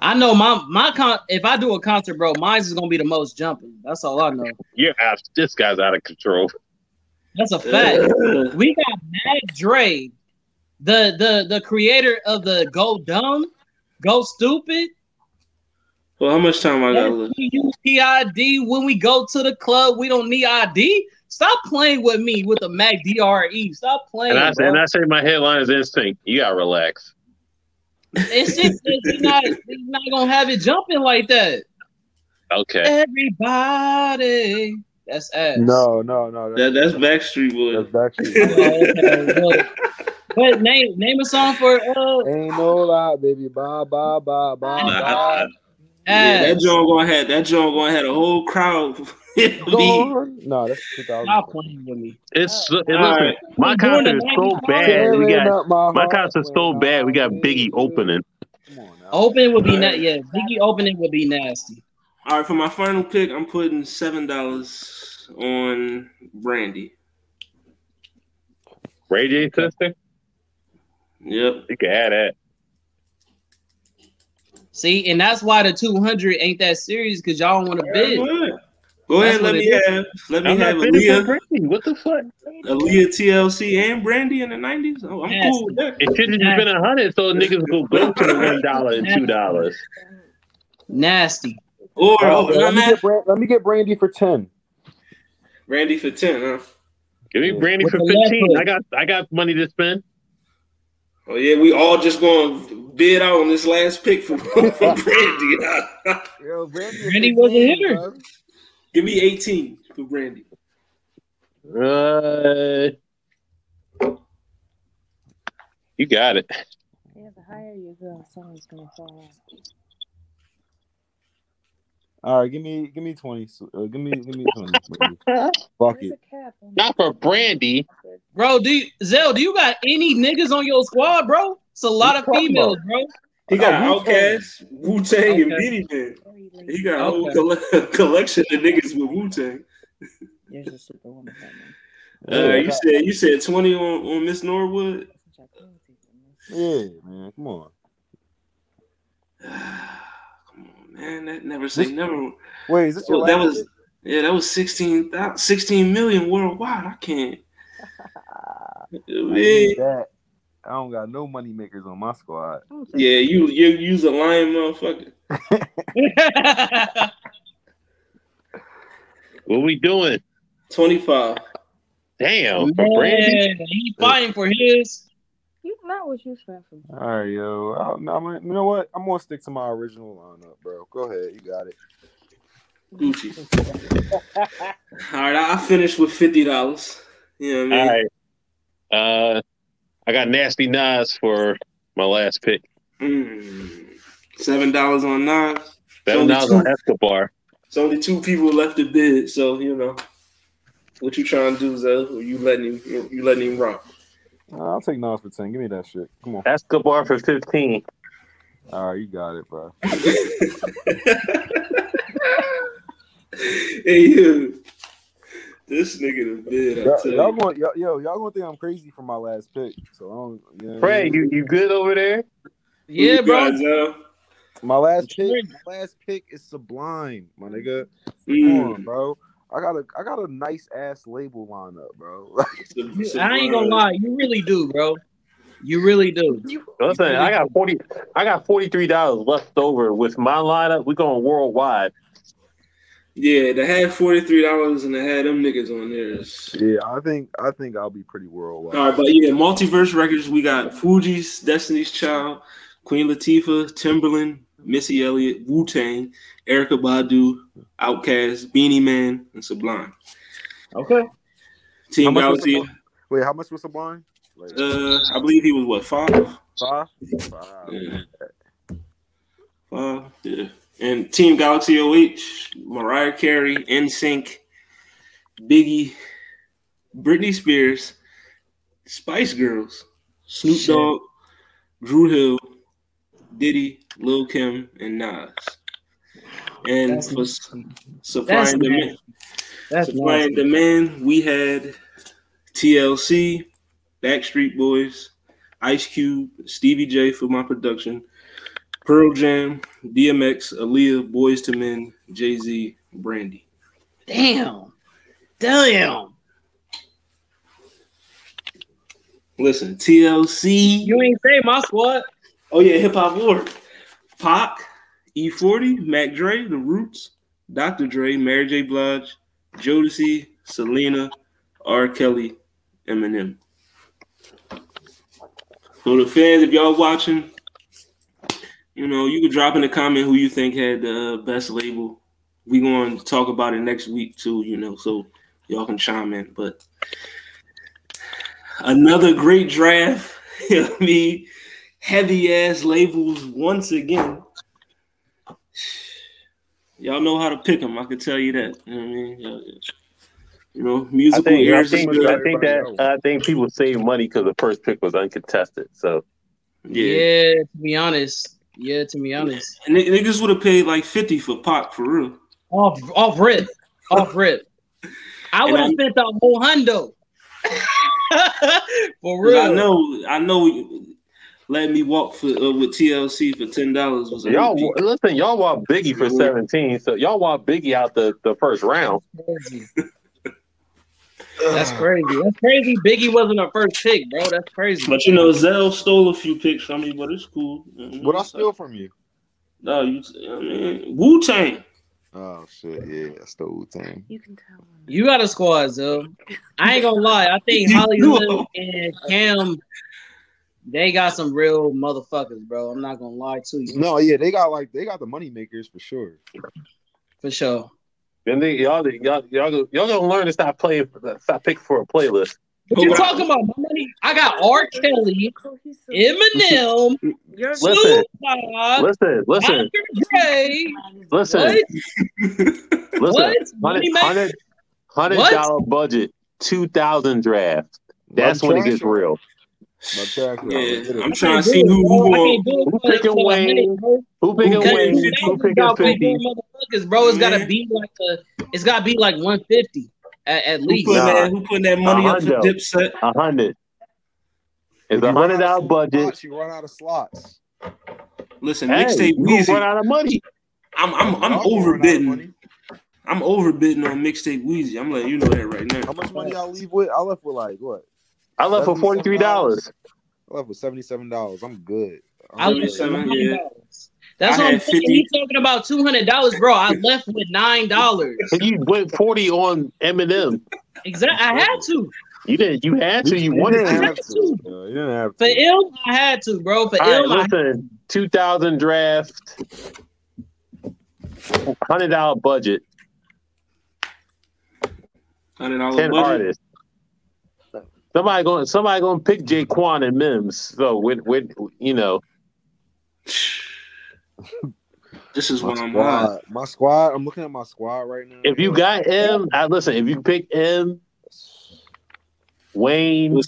S6: I know my my con. If I do a concert, bro, mine's is gonna be the most jumping. That's all I know.
S1: You're out. This guy's out of control.
S6: That's a fact. We got Mad Dre, the the the creator of the Go Dumb, Go Stupid,
S2: Well, how much time I got left?
S6: P-I-D. When we go to the club, we don't need ID. Stop playing with me with the Mac DRE. Stop playing.
S1: And I say,
S6: bro.
S1: and I say, my headline is instinct. You gotta relax.
S6: It's just it's not they not gonna have it jumping like that.
S1: Okay.
S6: Everybody, that's ass.
S7: No, no, no.
S2: That,
S7: That's,
S2: that's Backstreet
S7: that's
S2: Boy.
S7: Backstreet. Boys.
S6: Oh, okay, look. but name name a song for uh
S7: Ain't no lie, baby. Bye, bye, bye, bye,
S2: Nah,
S7: bye.
S2: I- yeah,
S6: ass.
S2: that joint gonna have that joint gonna have a whole crowd. Be-
S7: Gone. No, that's 2000.
S6: Stop playing with me.
S1: It's it,
S2: All
S1: listen,
S2: right.
S1: my
S6: We're doing
S1: concert is
S6: the
S1: so
S6: 95.
S1: bad. We
S7: Tearing
S1: got
S7: up my
S1: my
S7: heart
S1: concert is so
S7: when
S1: bad. We got
S7: I
S1: Biggie
S7: live.
S1: opening.
S7: Come on now.
S6: Opening would be not yeah. Biggie opening would be nasty.
S2: All right, for my final pick, I'm putting seven dollars on Brandy.
S1: Ray J sister,
S2: Yep.
S1: you can add that.
S6: See, and that's why the two hundred ain't that serious because y'all don't want to bid.
S2: All right. Go
S6: That's
S2: ahead, let
S6: what
S2: me
S6: it is.
S2: have let me
S1: I'm
S2: have
S1: not finished with
S2: Aaliyah,
S1: Brandy. What the fuck?
S2: Aaliyah TLC and Brandy in the nineties. Oh, I'm
S6: Yes.
S2: cool with that.
S1: It should have just been a hundred, so niggas could go to the one dollar and two dollars.
S6: Nasty.
S2: Or
S3: All
S2: oh,
S3: right, let,
S2: I'm
S3: me
S2: at
S3: get Brand, let me get Brandy for ten.
S2: Randy for ten, huh?
S1: Give me Brandy
S6: With
S1: for
S6: the left
S1: fifteen.
S6: hook.
S1: I got I got money to spend.
S2: Oh yeah, we all just gonna bid out on this last pick for, for Brandy.
S9: Yo, Brandy, is
S6: Brandy
S9: his
S6: was a
S9: name,
S6: hitter.
S9: bro.
S2: Give me eighteen for Brandy.
S1: Uh, you got it.
S5: Yeah, the higher you go, someone's gonna fall off.
S7: All right, give me give me twenty. so- Uh, give me give me twenty. Brandy. Fuck
S5: There's
S7: it.
S5: a cap on
S1: Not for Brandy.
S6: Bro, do you, Zell, do you got any niggas on your squad, bro? It's a lot of
S3: What you talking
S6: females, bro.
S2: He got
S7: Oh, Wu-Tang.
S2: Outkast, Wu Tang, and
S6: Okay.
S2: Beanie Man.
S5: every lady.
S2: He got a whole
S6: Okay.
S2: colle- collection of niggas with Wu Tang.
S5: There's a superwoman coming.
S2: Uh, you said you said twenty on on Miss Norwood.
S5: That's what y'all can't see from this.
S7: Yeah, man. Come on.
S2: Come on, man, that never say never.
S7: Wait, is this your
S2: Well,
S7: last?
S2: that was yeah, that was 16, thou- 16 million worldwide. I can't.
S7: I need
S2: Yeah,
S7: that. I don't got no money makers on my squad.
S5: Don't say
S2: yeah, you you use a lion motherfucker.
S1: What we doing?
S2: Twenty five.
S1: Damn, for Brandy.
S6: Man, he fighting for his.
S5: You not what you spent for.
S7: All right, yo. I, I'm, gonna- you know what? I'm gonna stick to my original lineup, bro. Go ahead, you got it.
S2: Gucci. All right, I I finished with fifty dollars. You know what I
S1: All
S2: mean?
S1: right. Uh, I got nasty Nas for my last pick.
S2: Mm. Seven dollars on nine.
S1: Seven dollars on Escobar.
S2: It's only two people left to bid, so you know what you trying to do, Zell? Or you letting him? You letting him rock?
S7: Uh, I'll take Nas for ten. Give me that shit. Come on.
S1: Escobar for fifteen.
S7: All right, you got it, bro.
S2: hey, you. This nigga the bid. I
S7: Y'all,
S2: tell
S7: y'all
S2: you.
S7: going, y'all, yo, y'all gonna think I'm crazy for my last pick. So I don't. You know what I
S1: Pray,
S6: Mm-hmm.
S7: mean?
S1: you you good over there?
S2: Who you
S6: Yeah, bro.
S2: got, Zell?
S7: My last pick.
S6: Sure.
S7: My last pick is Sublime, my nigga. Come
S1: Hmm.
S7: on,
S2: Mm.
S7: bro. I got a, I got a nice ass label lineup, bro.
S2: Sub-
S6: You- I ain't gonna
S2: Sublime.
S6: lie, you really do, bro. You really do.
S1: Listen, I got forty. I got forty three dollars left over with my lineup. We're going worldwide.
S2: Yeah, they had forty three dollars and they had them niggas on theirs.
S7: yeah, I think, I think I'll be pretty worldwide.
S2: All right, but yeah, multiverse records. We got Fuji's Destiny's Child, Queen Latifah, Timberland, Missy Elliott, Wu Tang, Erica Badu, Outkast, Beanie Man, and Sublime.
S1: Okay.
S7: How
S2: Team
S7: much was
S2: Galaxy.
S7: Sublime? Wait, how much was Sublime? Like
S2: Uh, I believe he was what five.
S7: five.
S2: Yeah.
S7: Five.
S2: Five. Yeah. And Team Galaxy OH, Mariah Carey, NSYNC, Biggie, Britney Spears, Spice Girls, Snoop
S6: Shit.
S2: Dogg, Drew Hill, Diddy, Lil Kim, and Nas. And
S6: That's
S2: for s- supply
S6: That's
S2: and demand,
S6: That's
S2: supply and
S6: nasty.
S2: demand, we had TLC, Backstreet Boys, Ice Cube, Stevie J for my production, Pearl Jam, DMX, Aaliyah, Boys to Men, Jay Z, Brandy.
S6: Damn. Damn.
S2: Listen, TLC.
S6: You ain't say my squad.
S2: Oh yeah, Hip Hop War. Pac, E40, Mac Dre, The Roots, Dr. Dre, Mary J. Blige, Jodeci, Selena, R. Kelly, Eminem. So the fans, if y'all watching, you know you can drop in the comment who you think had the best label. We going to talk about it next week too, you know, so y'all can chime in. But another great draft. You know what I mean? heavy ass labels once again. Y'all know how to pick them. I can tell you that. You know what I mean? Y'all- You know,
S1: I
S2: musical
S1: think I
S2: ears is
S1: think,
S2: good.
S1: I think that I think people saved money because the first pick was uncontested. So
S6: Yeah.
S2: Yeah.
S6: to be honest. Yeah, to be honest.
S2: And N- niggas would have paid like 50 for Pac for real.
S6: Off off rip. Off rip. I
S2: And
S6: would have
S2: I'm-
S6: spent a whole hundo. For
S2: 'Cause
S6: real.
S2: I know, I know letting me walk for uh, with TLC for ten dollars was a
S1: Y'all
S2: repeat.
S1: listen, y'all want Biggie for
S2: Mhm.
S1: seventeen, so y'all want Biggie out the, the first round.
S6: That's crazy. That's crazy. Biggie wasn't our first pick, bro. That's crazy.
S2: But you know, Zell stole a few picks from me, but it's cool.
S6: What'd I
S2: steal
S3: from you?
S2: No, you. I mean, Wu Tang.
S3: Oh shit, yeah, that's the Wu Tang.
S6: You got a squad, Zo. I ain't gonna lie. I think
S2: You
S6: Hollywood
S2: know.
S6: and Cam, they got some real motherfuckers, bro. I'm not gonna lie to you.
S3: No, yeah, they got like they got the money makers for sure.
S6: For sure.
S1: Then they y'all y'all y'all go- y'all gonna learn to stop playing stop picking for a playlist.
S6: What you talking about? My money. I got R. Kelly, Eminem,
S1: Listen.
S6: Snoop Dogg,
S1: Listen, listen,
S6: Dr. Dre.
S1: listen,
S6: What?
S1: listen.
S6: What?
S1: Hundred-
S6: Money Maker?
S1: hundred- Hundred
S6: What?
S1: dollar budget, two thousand draft. That's when it gets real.
S2: Yeah,
S1: I
S2: I'm trying to
S1: can't
S2: see
S1: do it,
S2: who
S1: bro.
S2: who
S1: I
S2: going.
S1: can't do it Who for- picking for a minute, Wayne?
S6: bro.
S1: Who picking
S6: Cause
S1: Wayne?
S6: the
S1: Who
S6: thing
S1: picking
S6: about we
S1: fifty?
S6: doing motherfuckers, bro, it's gotta
S2: Man.
S6: be like a, it's gotta be like one fifty at, at
S2: Who
S6: least.
S2: putting that? Who putting that money up for
S1: hundo.
S2: Dipset?
S1: A hundred. It's a
S3: you run
S1: hundred
S3: out
S1: dollar budget.
S3: You run out of slots.
S2: Listen,
S1: Hey,
S2: mixtape
S1: you gonna
S2: Weezy.
S1: run out of money.
S2: I'm I'm I'm
S3: Y'all gonna run out of money.
S2: overbidding. I'm overbidding on mixtape Weezy. I'm letting you know that right now.
S3: How much money I leave with? I left with like what?
S1: I left for forty three dollars.
S3: I left with seventy seven dollars. I'm good.
S6: I
S3: I'm
S6: left with
S2: Seven,
S6: nine
S2: yeah.
S6: dollars. That's
S2: I
S6: what I'm
S2: had
S6: saying.
S2: 50.
S6: You talking about two hundred dollars, bro? I left with nine dollars.
S1: And you went forty on Eminem.
S6: Exactly. I had to
S1: You didn't. You had to. You wanted
S3: didn't
S1: to.
S3: have to. yo. You didn't have
S6: for
S3: to.
S6: ill. I had to, bro. For
S1: All right,
S6: ill, I
S1: listen. Two thousand draft. Hundred dollar budget.
S2: Hundred
S1: Ten
S2: dollar budget.
S1: artists. Somebody going. Somebody going to pick Jaquan and Mims. So with with you know.
S2: This is
S3: My
S2: what I'm on.
S3: squad. My squad. I'm looking at my squad right now.
S1: If you got M, I listen. If you pick M, Wayne,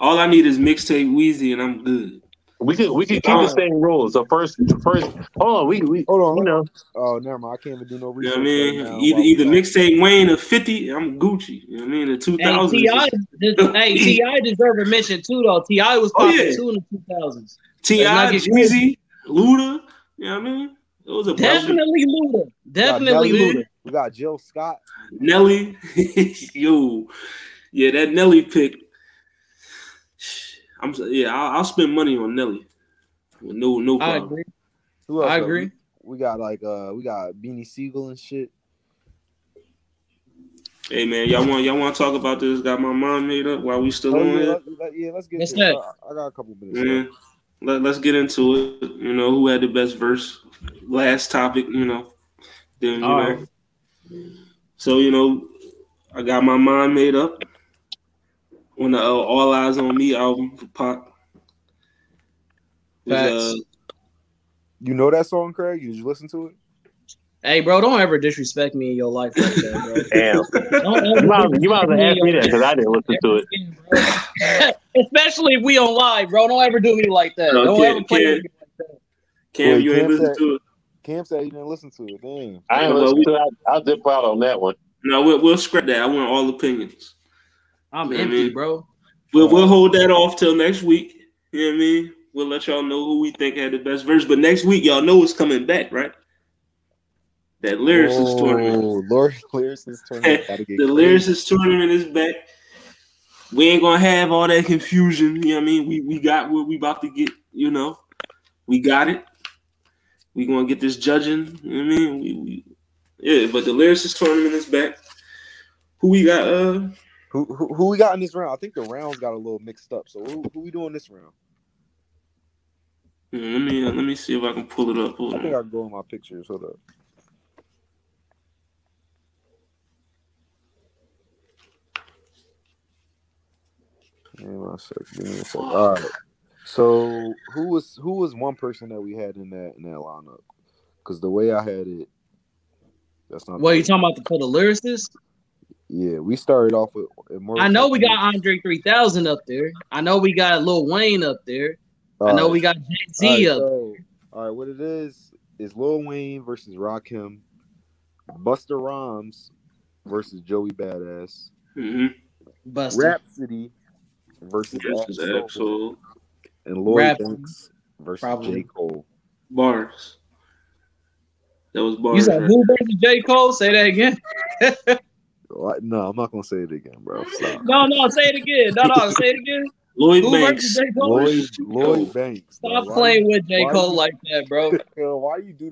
S2: All I need is mixtape Weezy, and I'm good.
S1: we could we could keep the same rules. So first, first, hold on, we we
S3: Hold on.
S1: you know
S3: Oh, never mind. I can't even do no
S2: You know what
S3: research.
S2: I mean?
S3: right now
S2: either
S3: while we
S2: either
S3: talking.
S2: mixtape Wayne or fifty, I'm Gucci. You know what I mean? The two
S6: Hey,
S2: thousand.
S6: Ti, this- hey, Ti deserve a mention too, though. Ti was
S2: Oh,
S6: popping
S2: yeah.
S6: too in the two thousands.
S2: Ti,
S6: Let's not get
S2: Jeezy, Luda. You know what I mean? It was a budget.
S6: Definitely Luda. Definitely
S3: Nelly.
S6: Luda.
S3: We got Jill Scott.
S2: Nelly, yo, yeah, that Nelly pick. I'm so- yeah, I'll, I'll spend money on Nelly. With No, no
S6: I
S2: problem.
S6: agree.
S3: Who else?
S6: I
S3: though?
S6: agree.
S3: We got like uh, we got Beanie Siegel and shit.
S2: Hey man, y'all want y'all want to talk about this? Got my mind made up while we still
S3: Oh,
S2: on
S3: yeah,
S2: it.
S3: let, let- yeah, let's get
S6: What's
S3: this.
S6: that?
S3: I, I got a couple minutes.
S2: Yeah. Let, let's get into it. You know who had the best verse? Last topic. You know. Then you
S6: All
S2: know. So you know, I got my mind made up on the uh, All Eyes on Me album for Pac. Was, uh,
S6: Facts.
S3: You know that song, Craig? Did you listen to it?
S6: Hey, bro, don't ever disrespect me in your life like that,
S1: damn.
S6: bro. Don't ever
S1: You might you might as well ask me that because I didn't listen to it.
S6: Especially if we on live, bro. Don't ever do me like that.
S2: No,
S6: don't
S2: kid,
S6: ever play
S2: kid.
S6: with me like that.
S2: Cam,
S3: Wait,
S2: you ain't
S3: Cam
S2: listen
S3: said-
S2: to it.
S3: Cam said he didn't listen to it. Damn.
S1: I didn't
S2: Yeah,
S1: listen
S2: but
S1: to it. I, I dip out on that one.
S2: No, we'll, we'll scrap that. I want all opinions.
S6: I'm
S2: Yeah,
S6: empty,
S2: man.
S6: bro.
S2: We'll, we'll hold that off till next week. You know what I mean? We'll let y'all know who we think had the best verse. But next week, y'all know it's coming back, right? That lyricist tournament.
S3: Oh, Lord, lyricist tournament. Gotta get
S2: The lyricist tournament is back. We ain't gonna have all that confusion. You know what I mean? We we got what we about to get, you know. We got it. We gonna get this judging. You know what I mean? We, we yeah, but the lyricist tournament is back. Who we got uh
S3: Who, who who we got in this round? I think the rounds got a little mixed up. So who, who we doing this round?
S2: Yeah, Let me uh, let me see if I can pull it up. Hold
S3: I
S2: on.
S3: think I can go in my pictures. Hold up. Give me one sec. Give me a sec. All right. So who was who was one person that we had in that in that lineup? Because the way I had it, that's not.
S6: What you talking about the for the lyricist?
S3: Yeah, we started off with. Immortal
S6: I know we got
S3: Technique.
S6: Andre 3000 up there. I know we got Lil Wayne up there. I
S3: All
S6: know
S3: right.
S6: we got Jay Z
S3: All right,
S6: up.
S3: so- all right, what it is is Lil Wayne versus Rakim, Buster Rhymes versus Joey Badass,
S2: Mm-hmm.
S6: Buster.
S3: Rhapsody versus
S2: This is
S3: Ab Soul,
S2: absolute.
S3: and Lloyd
S6: Rap.
S3: Banks versus
S6: Probably.
S3: J Cole.
S2: Bars. That was
S6: You
S2: bars.
S6: said
S2: right?
S6: who versus J. Cole? Say that again.
S3: Oh, I- No, I'm not gonna say it again, bro. Stop.
S6: No, no, say it again. No, no, say it again.
S2: Lloyd
S6: Who
S2: Banks.
S6: versus J. Cole?
S3: Lloyd Lloyd Banks. bro.
S6: Stop
S3: Why-
S6: playing with J.
S3: why
S6: Cole
S3: you-
S6: like that, bro.
S3: Yo, Why you do